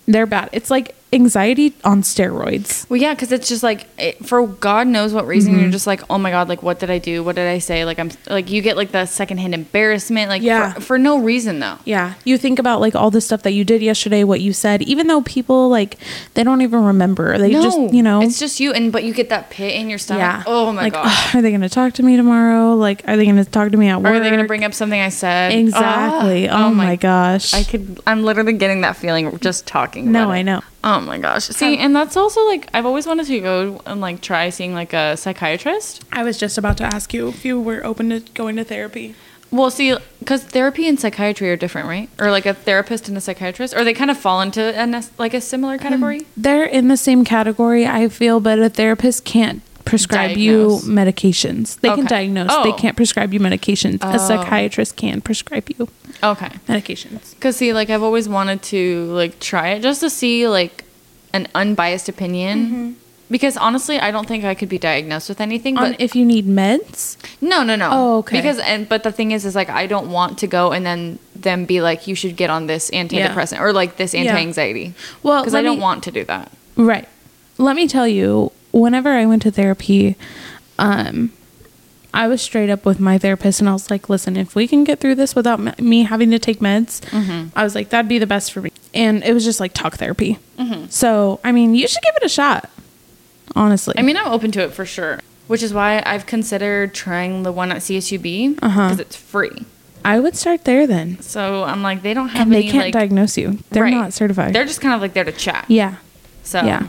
[SPEAKER 1] they're bad. It's like anxiety on steroids.
[SPEAKER 2] Well, yeah, because it's just like it, for God knows what reason
[SPEAKER 1] Mm-hmm.
[SPEAKER 2] you're just like, oh my God, like what did I do? What did I say? Like I'm like you get like the secondhand embarrassment, like
[SPEAKER 1] Yeah.
[SPEAKER 2] for, for no reason though.
[SPEAKER 1] Yeah. You think about like all the stuff that you did yesterday, what you said, even though people like they don't even remember. They
[SPEAKER 2] no,
[SPEAKER 1] just, you know,
[SPEAKER 2] it's just you, and but you get that pit in your stomach. Oh my
[SPEAKER 1] like,
[SPEAKER 2] God.
[SPEAKER 1] "Ugh, are they going to talk to me tomorrow? Like, are they going to talk to me at work?
[SPEAKER 2] Or are they gonna bring up something I said?
[SPEAKER 1] Exactly.
[SPEAKER 2] Ah,
[SPEAKER 1] oh, my, gosh.
[SPEAKER 2] I could. I'm literally getting that feeling just talking.
[SPEAKER 1] No,
[SPEAKER 2] about it.
[SPEAKER 1] I know.
[SPEAKER 2] Oh my gosh. See, and that's also like I've always wanted to go and like try seeing like a psychiatrist.
[SPEAKER 1] I was just about to ask you if you were open to going to therapy.
[SPEAKER 2] Well, see, because therapy and psychiatry are different, right? Or like a therapist and a psychiatrist, or they kind of fall into an, like a similar
[SPEAKER 1] Mm-hmm.
[SPEAKER 2] category.
[SPEAKER 1] They're in the same category, I feel, but a therapist can't prescribe
[SPEAKER 2] Diagnose.
[SPEAKER 1] you medications. They can
[SPEAKER 2] Okay.
[SPEAKER 1] diagnose, they
[SPEAKER 2] Oh.
[SPEAKER 1] can't prescribe you medications. A psychiatrist can prescribe you
[SPEAKER 2] Okay.
[SPEAKER 1] medications.
[SPEAKER 2] Because see, like I've always wanted to like try it just to see like an unbiased opinion.
[SPEAKER 1] Mm-hmm.
[SPEAKER 2] Because honestly, I don't think I could be diagnosed with anything.
[SPEAKER 1] On
[SPEAKER 2] But
[SPEAKER 1] Um, if you need meds,
[SPEAKER 2] No, no, no.
[SPEAKER 1] Oh, okay.
[SPEAKER 2] Because and but the thing is, is like I don't want to go and then them be like, you should get on this antidepressant or like this anti-anxiety.
[SPEAKER 1] Well,
[SPEAKER 2] because
[SPEAKER 1] let
[SPEAKER 2] I don't
[SPEAKER 1] me-
[SPEAKER 2] want to do that.
[SPEAKER 1] Right. Let me tell you, whenever I went to therapy, um, I was straight up with my therapist and I was like, listen, if we can get through this without me- me having to take meds,
[SPEAKER 2] Mm-hmm.
[SPEAKER 1] I was like, that'd be the best for me. And it was just like talk therapy.
[SPEAKER 2] Mm-hmm.
[SPEAKER 1] So, I mean, you should give it a shot, honestly.
[SPEAKER 2] I mean, I'm open to it
[SPEAKER 1] Uh-huh.
[SPEAKER 2] for sure, which is why I've considered trying the one at CSUB because it's free.
[SPEAKER 1] I would start there then.
[SPEAKER 2] So I'm like, they don't have
[SPEAKER 1] And they
[SPEAKER 2] any
[SPEAKER 1] can't
[SPEAKER 2] like
[SPEAKER 1] diagnose you. They're
[SPEAKER 2] right.
[SPEAKER 1] not certified.
[SPEAKER 2] They're just kind of like there to chat.
[SPEAKER 1] yeah.
[SPEAKER 2] So
[SPEAKER 1] Yeah.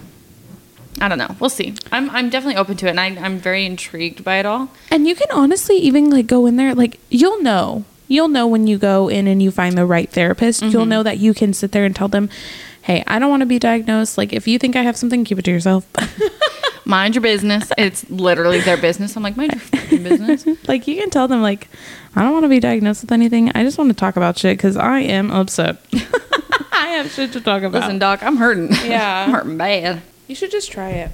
[SPEAKER 2] I don't know. We'll see. I'm I'm definitely open to it, and I, I'm very intrigued by it all.
[SPEAKER 1] And you can honestly even like go in there like you'll know. You'll know when you go in and you find the right therapist. You'll know that you can sit there and tell them, "Hey, I don't want to be diagnosed. Like if you think I have something, keep it to yourself."
[SPEAKER 2] Mind your business. It's literally their business. I'm like, mind your fucking business.
[SPEAKER 1] like you can tell them like, "I don't want to be diagnosed with anything. I just want to talk about shit cuz I am upset. I have shit to talk about."
[SPEAKER 2] Listen, Doc, I'm hurting.
[SPEAKER 1] Yeah.
[SPEAKER 2] I'm hurting bad.
[SPEAKER 1] you should just try it.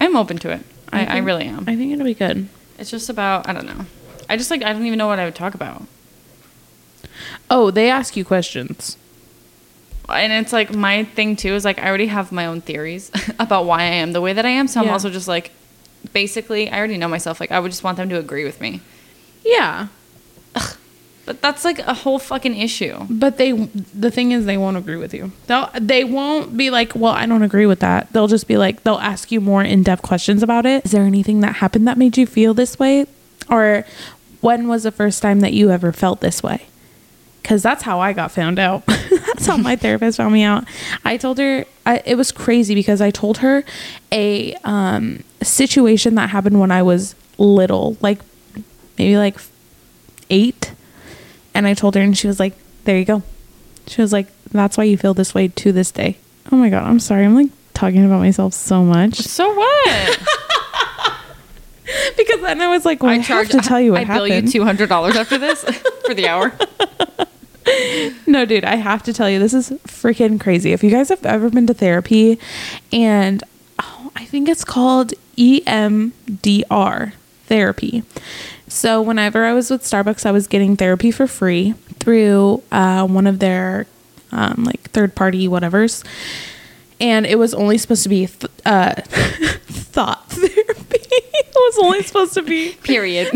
[SPEAKER 2] I'm open to it. I, I
[SPEAKER 1] think-
[SPEAKER 2] really am.
[SPEAKER 1] I think it'll be good.
[SPEAKER 2] It's just about I don't know. I just like I don't even know what I would talk about.
[SPEAKER 1] Oh, they ask you questions.
[SPEAKER 2] And it's like my thing too is like I already have my own theories about why I am the way that I am. So I'm
[SPEAKER 1] Yeah.
[SPEAKER 2] also just like basically I already know myself. Like I would just want them to agree with me.
[SPEAKER 1] Yeah.
[SPEAKER 2] But that's like a whole fucking issue.
[SPEAKER 1] But they, the thing is, they won't agree with you. They'll, they won't be like, well, I don't agree with that. They'll just be like, they'll ask you more in depth questions about it. Is there anything that happened that made you feel this way? Or when was the first time that you ever felt this way? Because that's how I got found out. that's how my therapist found me out. I told her, I, it was crazy because I told her a um, situation that happened when I was little, like maybe like eight. And I told her, and she was like, There you go. She was like, That's why you feel this way to this day. Oh my God, I'm sorry. I'm like talking about myself so much.
[SPEAKER 2] So what?
[SPEAKER 1] Because then I was like, well, I,
[SPEAKER 2] charge-
[SPEAKER 1] have to tell you what
[SPEAKER 2] I
[SPEAKER 1] happened.
[SPEAKER 2] bill you two hundred dollars after this for the hour.
[SPEAKER 1] No, dude, I have to tell you, this is freaking crazy. If you guys have ever been to therapy, and oh, I think it's called E EMDR therapy. So, whenever I was with Starbucks, I was getting therapy for free through uh, one of their um, like third party whatevers. And it was only supposed to be th- uh, thought therapy. it was only supposed to be
[SPEAKER 2] Period.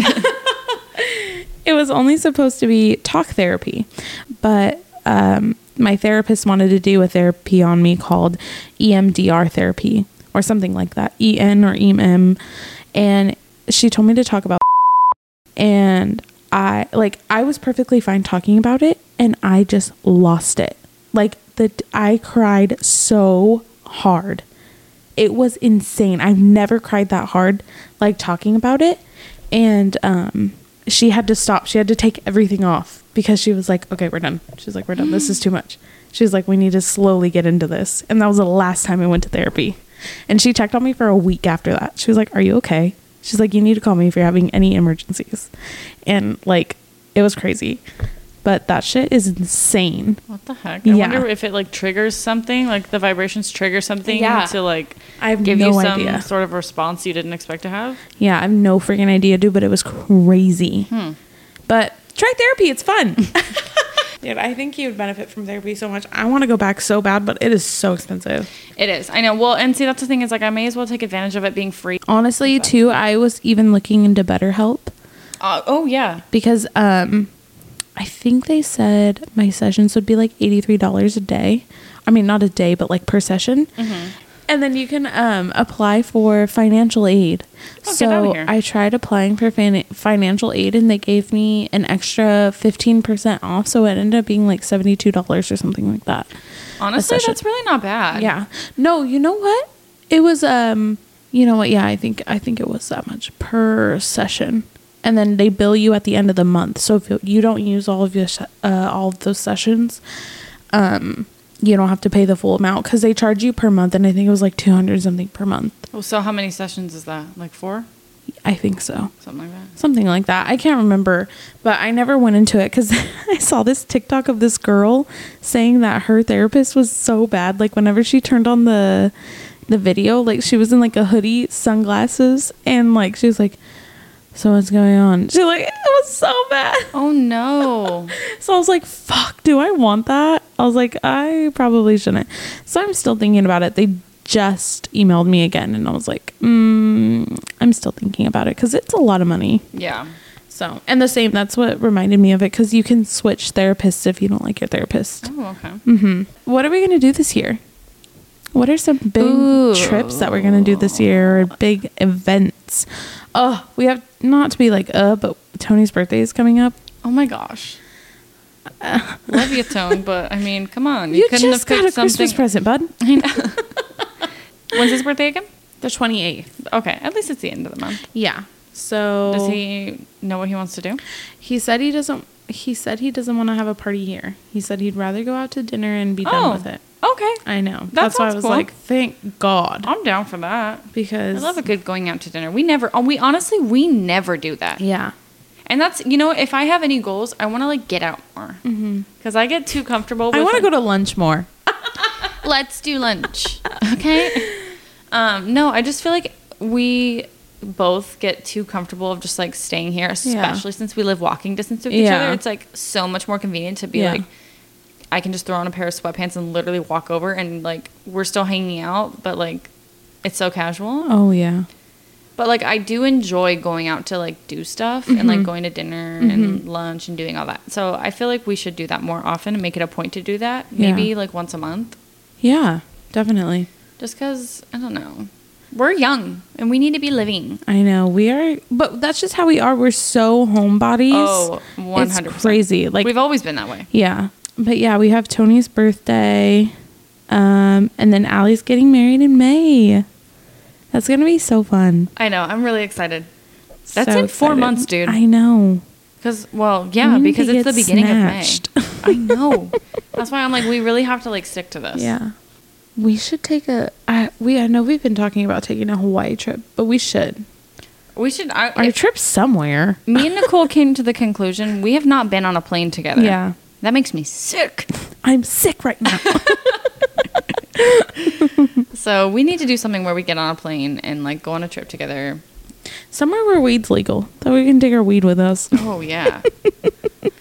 [SPEAKER 1] it was only supposed to be talk therapy, but um, my therapist wanted to do a therapy on me called E EMDR therapy or something like that, EN or EM, and she told me to talk about, and I like I was perfectly fine talking about it, and I just lost it. Like the I cried so hard. It was insane. I've never cried that hard, like talking about it. And um, she had to stop. She had to take everything off because she was like, okay, we're done. She's like, we're done. This is too much. She was like, we need to slowly get into this. And that was the last time I went to therapy. And she checked on me for a week after that. She was like, are you okay? She's like, you need to call me if you're having any emergencies. And like, it was crazy. But that shit is insane.
[SPEAKER 2] what the heck? I
[SPEAKER 1] Yeah.
[SPEAKER 2] wonder if it like triggers something, like the vibrations trigger something
[SPEAKER 1] Yeah.
[SPEAKER 2] to like
[SPEAKER 1] I have
[SPEAKER 2] give
[SPEAKER 1] no
[SPEAKER 2] you some
[SPEAKER 1] idea.
[SPEAKER 2] sort of response you didn't expect to have.
[SPEAKER 1] Yeah, I have no freaking idea, dude, but it was crazy. But try therapy, it's fun. dude, I think you would benefit from therapy so much. I want to go back so bad, but it is so expensive.
[SPEAKER 2] It is. I know. Well, and see, that's the thing is like I may as well take advantage of it being free.
[SPEAKER 1] Honestly, too, I was even looking into BetterHelp
[SPEAKER 2] Uh, oh yeah.
[SPEAKER 1] because um I think they said my sessions would be like $83 a day. I mean, not a day, but like per session.
[SPEAKER 2] Mm-hmm.
[SPEAKER 1] And then you can um, apply for financial aid.
[SPEAKER 2] Oh, get outta
[SPEAKER 1] so
[SPEAKER 2] here.
[SPEAKER 1] I tried applying for fin- financial aid and they gave me an extra 15% off. So it ended up being like $72 or something like that. a
[SPEAKER 2] Honestly,
[SPEAKER 1] session.
[SPEAKER 2] that's really not bad.
[SPEAKER 1] Yeah. No, you know what? It was um you know what, yeah, I think I think it was that much per session. And then they bill you at the end of the month. So if you- you don't use all of your se- uh, all of those sessions, um you don't have to pay the full amount cuz they charge you per month and I think it was like 200 something per month.
[SPEAKER 2] Well, so how many sessions is that? Like four,
[SPEAKER 1] I think so.
[SPEAKER 2] something like that.
[SPEAKER 1] something like that. I can't remember, but I never went into it because I saw this TikTok of this girl saying that her therapist was so bad. Like whenever she turned on the the video, like she was in like a hoodie, sunglasses, and like she was like, "So what's going on?" She like it was so bad.
[SPEAKER 2] Oh no.
[SPEAKER 1] So I was like, fuck, do I want that? I was like, I probably shouldn't. So I'm still thinking about it. They just emailed me again and I was like, mm, I'm still thinking about it because it's a lot of money.
[SPEAKER 2] yeah.
[SPEAKER 1] So, and the same, that's what reminded me of it because you can switch therapists if you don't like your therapist.
[SPEAKER 2] Oh okay.
[SPEAKER 1] Mm. What are we going to do this year? What are some big
[SPEAKER 2] Ooh.
[SPEAKER 1] trips that we're going to do this year or big events? Oh, we have not to be like, uh, but Tony's birthday is coming up.
[SPEAKER 2] Oh my gosh. Love you, Tone, but I mean, come on.
[SPEAKER 1] You, just got a Christmas present, bud.
[SPEAKER 2] I know. When's his birthday again?
[SPEAKER 1] The 28th.
[SPEAKER 2] Okay, at least it's the end of the month.
[SPEAKER 1] Yeah. So
[SPEAKER 2] Does he know what he wants to do?
[SPEAKER 1] He said he doesn't. He said he doesn't want to have a party here. He said he'd rather go out to dinner and be done with it.
[SPEAKER 2] okay.
[SPEAKER 1] I know.
[SPEAKER 2] Oh. That
[SPEAKER 1] That's why I
[SPEAKER 2] sounds
[SPEAKER 1] was
[SPEAKER 2] cool.
[SPEAKER 1] like, thank God,
[SPEAKER 2] I'm down for that. I
[SPEAKER 1] because
[SPEAKER 2] love a good going out to dinner. We never, oh, we honestly, we never do that.
[SPEAKER 1] Yeah.
[SPEAKER 2] And that's, you know, if I have any goals, I want to like get out more because I get too comfortable. With
[SPEAKER 1] Mm-hmm. I want to
[SPEAKER 2] like,
[SPEAKER 1] go to lunch more.
[SPEAKER 2] let's do lunch. Okay. Um, no, I just feel like we both get too comfortable of just like staying here, especially since we live walking distance with each
[SPEAKER 1] Yeah.
[SPEAKER 2] other. It's like so much more convenient to be
[SPEAKER 1] Yeah.
[SPEAKER 2] like, I can just throw on a pair of sweatpants and literally walk over and like we're still hanging out, but like it's so casual.
[SPEAKER 1] Oh yeah.
[SPEAKER 2] But like I do enjoy going out to like do stuff and
[SPEAKER 1] Mm-hmm.
[SPEAKER 2] like going to dinner and lunch and doing all that. So I feel like we should do that more often and make it a point to do that.
[SPEAKER 1] Yeah.
[SPEAKER 2] Maybe like once a month.
[SPEAKER 1] Yeah. Definitely.
[SPEAKER 2] Just because, I don't know. We're young and we need to be living.
[SPEAKER 1] I know we are, but that's just how we are. We're so homebodies.
[SPEAKER 2] Oh, 100%.
[SPEAKER 1] It's crazy. Like
[SPEAKER 2] We've always been that way.
[SPEAKER 1] yeah, but yeah, we have Tony's birthday, um, and then Allie's getting married in May. That's gonna be so fun.
[SPEAKER 2] I know. I'm really excited. That's
[SPEAKER 1] So
[SPEAKER 2] in four
[SPEAKER 1] excited.
[SPEAKER 2] months, dude.
[SPEAKER 1] I know.
[SPEAKER 2] Because, well, yeah,
[SPEAKER 1] We need
[SPEAKER 2] because
[SPEAKER 1] to
[SPEAKER 2] it's the
[SPEAKER 1] get
[SPEAKER 2] beginning
[SPEAKER 1] snatched.
[SPEAKER 2] of May. I know. That's why I'm like, we really have to like stick to this.
[SPEAKER 1] Yeah, we should take a. I, we I know we've been talking about taking a Hawaii trip, but we should.
[SPEAKER 2] We should. I,
[SPEAKER 1] Our
[SPEAKER 2] if-
[SPEAKER 1] trip somewhere.
[SPEAKER 2] me and Nicole came to the conclusion we have not been on a plane together.
[SPEAKER 1] Yeah.
[SPEAKER 2] That makes me sick.
[SPEAKER 1] I'm sick right now.
[SPEAKER 2] So we need to do something where we get on a plane and like go on a trip together.
[SPEAKER 1] Somewhere where weed's legal, that we can take our weed with us.
[SPEAKER 2] Oh, yeah.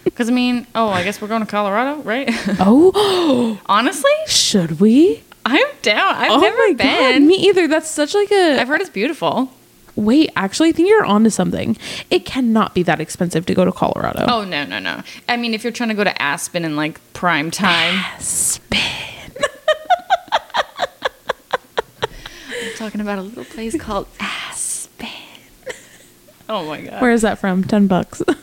[SPEAKER 2] Because, I mean, oh, I guess we're going to Colorado, right?
[SPEAKER 1] oh,
[SPEAKER 2] Honestly,
[SPEAKER 1] should we?
[SPEAKER 2] I'm down. I've
[SPEAKER 1] oh
[SPEAKER 2] never been.
[SPEAKER 1] me either. That's such like a
[SPEAKER 2] I've heard it's beautiful.
[SPEAKER 1] wait. Actually, I think you're onto something. It cannot be that expensive to go to Colorado.
[SPEAKER 2] Oh no, no, no. I mean, if you're trying to go to Aspen in like prime time,
[SPEAKER 1] Spin.
[SPEAKER 2] I'm talking about a little place called Aspen. Oh my god.
[SPEAKER 1] Where is that from? Ten bucks.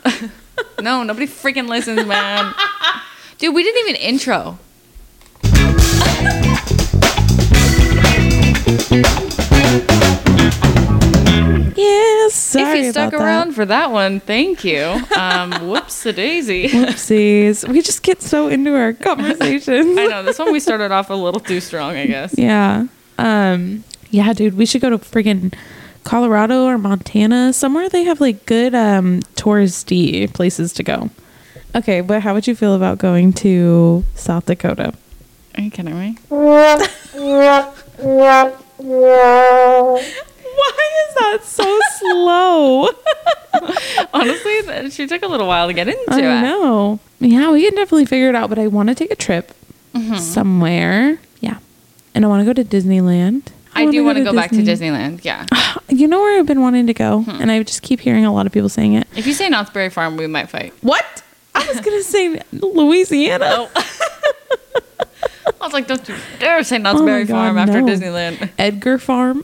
[SPEAKER 2] No, nobody freaking listens, man. Dude, we didn't even intro.
[SPEAKER 1] yes. Sorry
[SPEAKER 2] if you stuck
[SPEAKER 1] about
[SPEAKER 2] around for that one, thank you. Um, whoops, a daisy.
[SPEAKER 1] That. Whoopsies. We just get so into our conversations.
[SPEAKER 2] I know this one we started off a little too strong, I guess.
[SPEAKER 1] yeah. Um. Yeah, dude. We should go to friggin' Colorado or Montana, somewhere they have like good um touristy places to go. Okay, but how would you feel about going to South Dakota?
[SPEAKER 2] Are you kidding me?
[SPEAKER 1] Why is that so slow?
[SPEAKER 2] Honestly, th- she took a little while to uh, get into
[SPEAKER 1] I
[SPEAKER 2] it.
[SPEAKER 1] know. Yeah, we can definitely figure it out, but I want to take a trip
[SPEAKER 2] Mm-hmm.
[SPEAKER 1] somewhere. Yeah. And I want to go to Disneyland.
[SPEAKER 2] I do want to go back to Hmm.
[SPEAKER 1] Disney.
[SPEAKER 2] Disneyland. Yeah.
[SPEAKER 1] You know where I've been wanting to go, and I just keep hearing a lot of people saying it.
[SPEAKER 2] If you say Knott's Berry Farm, we might fight.
[SPEAKER 1] What? I was going to say Louisiana.
[SPEAKER 2] Oh. I was like, don't you dare say Knott's
[SPEAKER 1] Oh my
[SPEAKER 2] Berry Farm
[SPEAKER 1] God,
[SPEAKER 2] after
[SPEAKER 1] no.
[SPEAKER 2] Disneyland.
[SPEAKER 1] Edgar Farm.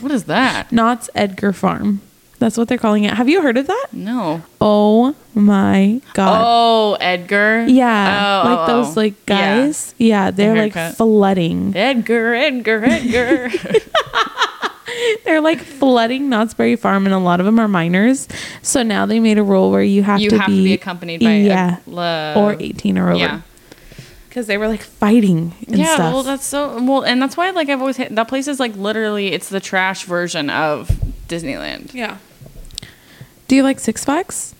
[SPEAKER 2] What is that?
[SPEAKER 1] Knott's Edgar Farm. That's what they're calling it. Have you heard of that?
[SPEAKER 2] No.
[SPEAKER 1] Oh my God.
[SPEAKER 2] Oh, Edgar.
[SPEAKER 1] Uh, Yeah,
[SPEAKER 2] Oh,
[SPEAKER 1] like
[SPEAKER 2] oh,
[SPEAKER 1] those
[SPEAKER 2] oh.
[SPEAKER 1] like
[SPEAKER 2] Yeah.
[SPEAKER 1] guys. Yeah, they're like
[SPEAKER 2] haircut.
[SPEAKER 1] flooding.
[SPEAKER 2] Edgar, Edgar, Edgar.
[SPEAKER 1] They're like flooding Knott's Berry Farm, and a lot of them are minors. So now they made a rule where you have
[SPEAKER 2] you
[SPEAKER 1] to
[SPEAKER 2] have
[SPEAKER 1] be,
[SPEAKER 2] to be accompanied by
[SPEAKER 1] yeah
[SPEAKER 2] a, la-
[SPEAKER 1] or eighteen or
[SPEAKER 2] Yeah.
[SPEAKER 1] over because they were like fighting and
[SPEAKER 2] yeah,
[SPEAKER 1] stuff.
[SPEAKER 2] well, that's so well, and that's why like I've always hit that place is like literally it's the trash version of Disneyland.
[SPEAKER 1] yeah. Do you like Six Flags?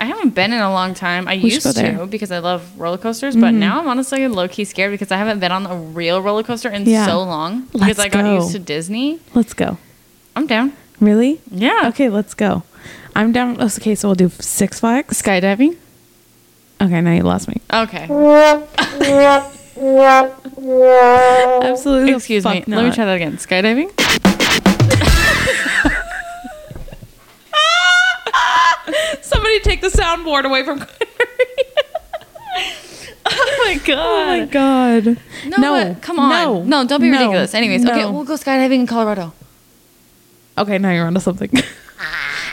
[SPEAKER 2] I haven't been in a long time. I
[SPEAKER 1] We should
[SPEAKER 2] used
[SPEAKER 1] go there. Mm-hmm.
[SPEAKER 2] to because I love roller coasters, but now I'm honestly low key scared because I haven't been on a real roller coaster in
[SPEAKER 1] Yeah.
[SPEAKER 2] so long because
[SPEAKER 1] Let's
[SPEAKER 2] I got
[SPEAKER 1] go.
[SPEAKER 2] used to Disney.
[SPEAKER 1] Let's go.
[SPEAKER 2] I'm down.
[SPEAKER 1] Really?
[SPEAKER 2] Yeah.
[SPEAKER 1] Okay, let's go. I'm down. Okay, so we'll do Six Flags.
[SPEAKER 2] Skydiving.
[SPEAKER 1] Okay, now you lost me.
[SPEAKER 2] Okay.
[SPEAKER 1] Absolutely. the
[SPEAKER 2] Excuse
[SPEAKER 1] fuck
[SPEAKER 2] me. Let me
[SPEAKER 1] not.
[SPEAKER 2] try that again. Skydiving.
[SPEAKER 1] Somebody take the soundboard away from.
[SPEAKER 2] Oh my god.
[SPEAKER 1] Oh my god.
[SPEAKER 2] No, but come on. No, don't be
[SPEAKER 1] No.
[SPEAKER 2] ridiculous. Anyways, okay,
[SPEAKER 1] No.
[SPEAKER 2] we'll go skydiving in Colorado.
[SPEAKER 1] Okay, now you're onto something.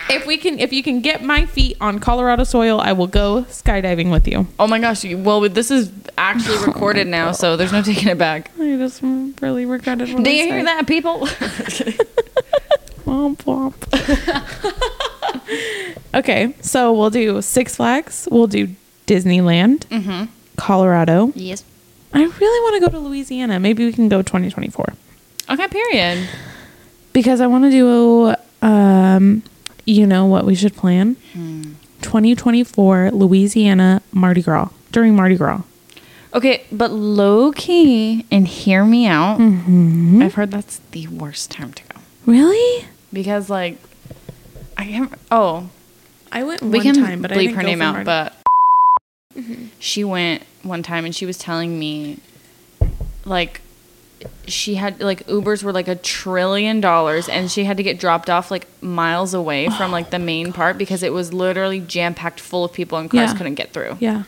[SPEAKER 1] If we can, if you can get my feet on Colorado soil, I will go skydiving with you.
[SPEAKER 2] Oh my gosh. you- Well, this is actually recorded now, so there's no taking it back.
[SPEAKER 1] I just really regretted. What
[SPEAKER 2] Do
[SPEAKER 1] I
[SPEAKER 2] you hear
[SPEAKER 1] said.
[SPEAKER 2] that, people?
[SPEAKER 1] Womp womp. okay, so we'll do Six Flags. We'll do Disneyland,
[SPEAKER 2] mm-hmm.
[SPEAKER 1] Colorado.
[SPEAKER 2] Yes.
[SPEAKER 1] I really want to go to Louisiana. Maybe we can go 2024
[SPEAKER 2] Okay, period.
[SPEAKER 1] because I want to do. Um, you know what we should plan? 2024 Louisiana Mardi Gras during Mardi Gras.
[SPEAKER 2] Okay, but low key and hear me out. I've heard that's the worst time to go
[SPEAKER 1] Really?
[SPEAKER 2] because like I can't. Oh,
[SPEAKER 1] I went
[SPEAKER 2] we can bleep her name out, but
[SPEAKER 1] Mm-hmm.
[SPEAKER 2] she went one time and she was telling me like she had like Ubers were like a trillion dollars and she had to get dropped off like miles away from like the main part because it was literally jam packed full of people and cars
[SPEAKER 1] Yeah.
[SPEAKER 2] couldn't get through.
[SPEAKER 1] yeah.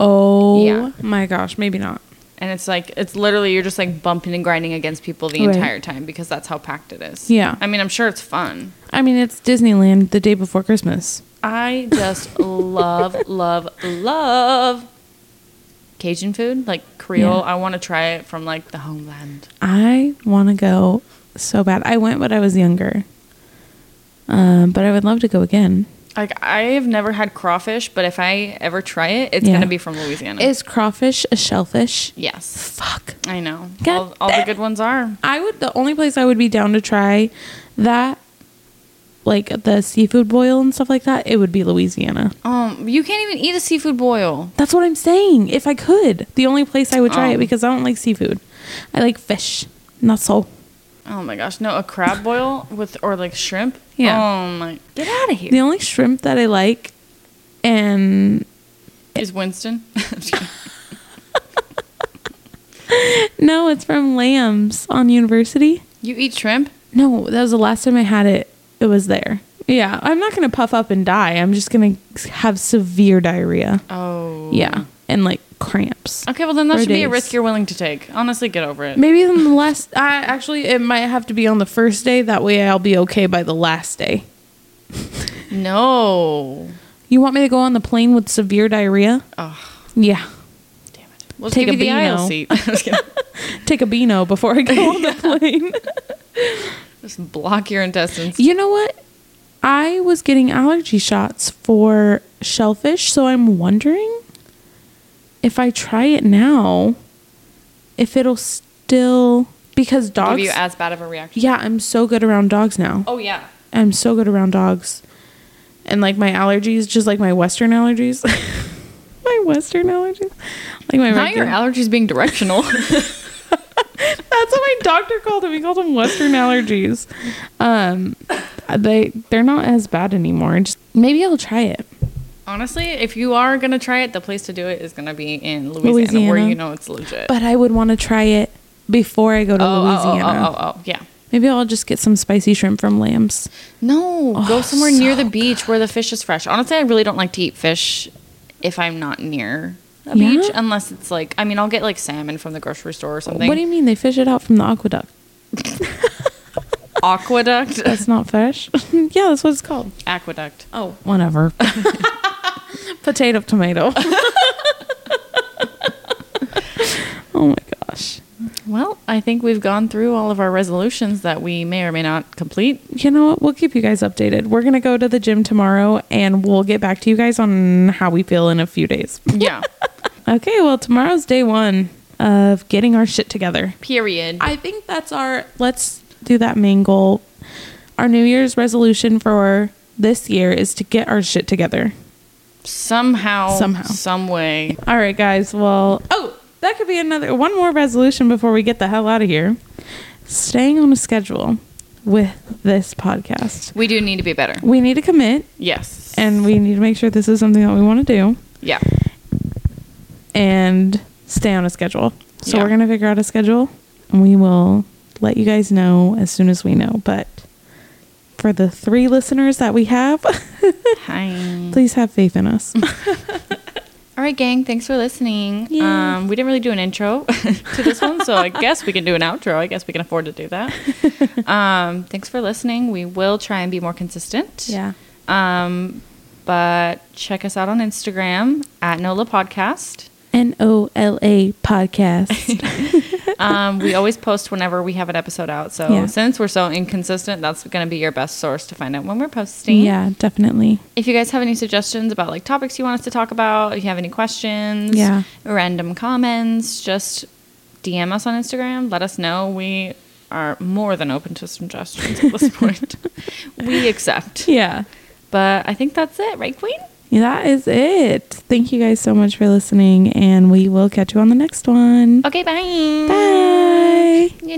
[SPEAKER 1] Oh
[SPEAKER 2] Yeah.
[SPEAKER 1] my gosh, maybe not.
[SPEAKER 2] And it's like it's literally you're just like bumping and grinding against people the
[SPEAKER 1] Right.
[SPEAKER 2] entire time because that's how packed it is.
[SPEAKER 1] Yeah.
[SPEAKER 2] I mean, I'm sure it's fun.
[SPEAKER 1] I mean, it's Disneyland the day before Christmas.
[SPEAKER 2] I just love love love Cajun food, like Creole.
[SPEAKER 1] Yeah.
[SPEAKER 2] I want to try it from like the homeland.
[SPEAKER 1] I want to go so bad. I went when I was younger, um, but I would love to go again.
[SPEAKER 2] Like I have never had crawfish, but if I ever try it, it's
[SPEAKER 1] Yeah.
[SPEAKER 2] going to be from Louisiana.
[SPEAKER 1] Is crawfish a shellfish?
[SPEAKER 2] yes.
[SPEAKER 1] Fuck.
[SPEAKER 2] I know.
[SPEAKER 1] God
[SPEAKER 2] all all the
[SPEAKER 1] damn
[SPEAKER 2] good ones are.
[SPEAKER 1] I would. The only place I would be down to try that, like the seafood boil and stuff like that, it would be Louisiana.
[SPEAKER 2] Um, you can't even eat a seafood boil.
[SPEAKER 1] That's what I'm saying. If I could, the only place I would try it
[SPEAKER 2] Um.
[SPEAKER 1] because I don't like seafood. I like fish, not so.
[SPEAKER 2] Oh my gosh, no, a crab boil with or like shrimp.
[SPEAKER 1] Yeah.
[SPEAKER 2] Oh my, get out of here.
[SPEAKER 1] The only shrimp that I like, and
[SPEAKER 2] Is Winston? I'm just kidding.
[SPEAKER 1] no, it's from Lambs on University.
[SPEAKER 2] you eat shrimp?
[SPEAKER 1] No, that was the last time I had it. It was there. Yeah, I'm not gonna puff up and die. I'm just gonna have severe diarrhea.
[SPEAKER 2] Oh.
[SPEAKER 1] Yeah, and like cramps.
[SPEAKER 2] Okay, well then that
[SPEAKER 1] Or
[SPEAKER 2] should be a
[SPEAKER 1] days.
[SPEAKER 2] risk you're willing to take. Honestly, get over it.
[SPEAKER 1] Maybe on the last. I actually, it might have to be on the first day. That way, I'll be okay by the last day.
[SPEAKER 2] No.
[SPEAKER 1] You want me to go on the plane with severe diarrhea?
[SPEAKER 2] Oh,
[SPEAKER 1] Yeah,
[SPEAKER 2] damn it. We'll
[SPEAKER 1] Take
[SPEAKER 2] take
[SPEAKER 1] a
[SPEAKER 2] you the
[SPEAKER 1] Beano.
[SPEAKER 2] aisle seat. I'm just, kidding.
[SPEAKER 1] take a Beano before I go on the plane.
[SPEAKER 2] Just block your intestines.
[SPEAKER 1] You know what? I was getting allergy shots for shellfish, so I'm wondering if I try it now, if it'll still because
[SPEAKER 2] Give
[SPEAKER 1] dogs.
[SPEAKER 2] you as bad of a reaction.
[SPEAKER 1] yeah, I'm so good around dogs now.
[SPEAKER 2] Oh yeah.
[SPEAKER 1] I'm so good around dogs, and like my allergies, just like my Western allergies, my Western allergies, like my
[SPEAKER 2] Not your
[SPEAKER 1] regular-
[SPEAKER 2] allergies being directional.
[SPEAKER 1] That's what my doctor called them. He called them Western allergies. Um, they they're not as bad anymore. Just, maybe I'll try it.
[SPEAKER 2] Honestly, if you are gonna try it, the place to do it is gonna be in Louisiana, where
[SPEAKER 1] Louisiana.
[SPEAKER 2] you know it's legit.
[SPEAKER 1] But I would want to try it before I go to
[SPEAKER 2] oh, oh, oh,
[SPEAKER 1] Louisiana.
[SPEAKER 2] oh, oh, oh, yeah.
[SPEAKER 1] Maybe I'll just get some spicy shrimp from Lambs.
[SPEAKER 2] No,
[SPEAKER 1] Oh,
[SPEAKER 2] go somewhere near
[SPEAKER 1] so
[SPEAKER 2] the beach where the fish is fresh. Honestly, I really don't like to eat fish if I'm not near a
[SPEAKER 1] Yeah?
[SPEAKER 2] beach, unless it's like I mean, I'll get like salmon from the grocery store or something.
[SPEAKER 1] What do you mean they fish it out from the aqueduct?
[SPEAKER 2] Aqueduct.
[SPEAKER 1] That's not fresh. yeah, that's what it's called.
[SPEAKER 2] Aqueduct.
[SPEAKER 1] Oh, whatever. Potato, tomato. oh my gosh.
[SPEAKER 2] Well, I think we've gone through all of our resolutions that we may or may not complete.
[SPEAKER 1] you know what? We'll keep you guys updated. We're going to go to the gym tomorrow and we'll get back to you guys on how we feel in a few days.
[SPEAKER 2] Yeah.
[SPEAKER 1] okay, well, tomorrow's day one of getting our shit together.
[SPEAKER 2] Period.
[SPEAKER 1] I think that's our let's do that main goal. Our New Year's resolution for this year is to get our shit together.
[SPEAKER 2] somehow,
[SPEAKER 1] Somehow.
[SPEAKER 2] some way.
[SPEAKER 1] All right, guys. Well, oh, that could be another one more resolution before we get the hell out of here. Staying on a schedule with this podcast.
[SPEAKER 2] We do need to be better.
[SPEAKER 1] We need to commit
[SPEAKER 2] Yes.
[SPEAKER 1] and we need to make sure this is something that we want to do
[SPEAKER 2] yeah.
[SPEAKER 1] and stay on a schedule. So
[SPEAKER 2] Yeah.
[SPEAKER 1] we're going to figure out a schedule and we will let you guys know as soon as we know. But for the three listeners that we have,
[SPEAKER 2] Hi.
[SPEAKER 1] please have faith in us.
[SPEAKER 2] All right, gang. Thanks for listening.
[SPEAKER 1] Yeah.
[SPEAKER 2] Um, we didn't really do an intro to this one, so I guess we can do an outro. I guess we can afford to do that. Um, thanks for listening. We will try and be more consistent.
[SPEAKER 1] Yeah.
[SPEAKER 2] Um, but check us out on Instagram at NOLA Podcast.
[SPEAKER 1] N O L A podcast.
[SPEAKER 2] Um, we always post whenever we have an episode out. So
[SPEAKER 1] Yeah.
[SPEAKER 2] since we're so inconsistent, that's going to be your best source to find out when we're posting.
[SPEAKER 1] yeah, definitely.
[SPEAKER 2] If you guys have any suggestions about like topics you want us to talk about, if you have any questions,
[SPEAKER 1] Yeah.
[SPEAKER 2] random comments, just DM us on Instagram. Let us know. We are more than open to suggestions at this point. we accept.
[SPEAKER 1] Yeah.
[SPEAKER 2] But I think that's it, right, Queen?
[SPEAKER 1] That is it. Thank you guys so much for listening, and we will catch you on the next one.
[SPEAKER 2] Okay, bye.
[SPEAKER 1] Bye.
[SPEAKER 2] You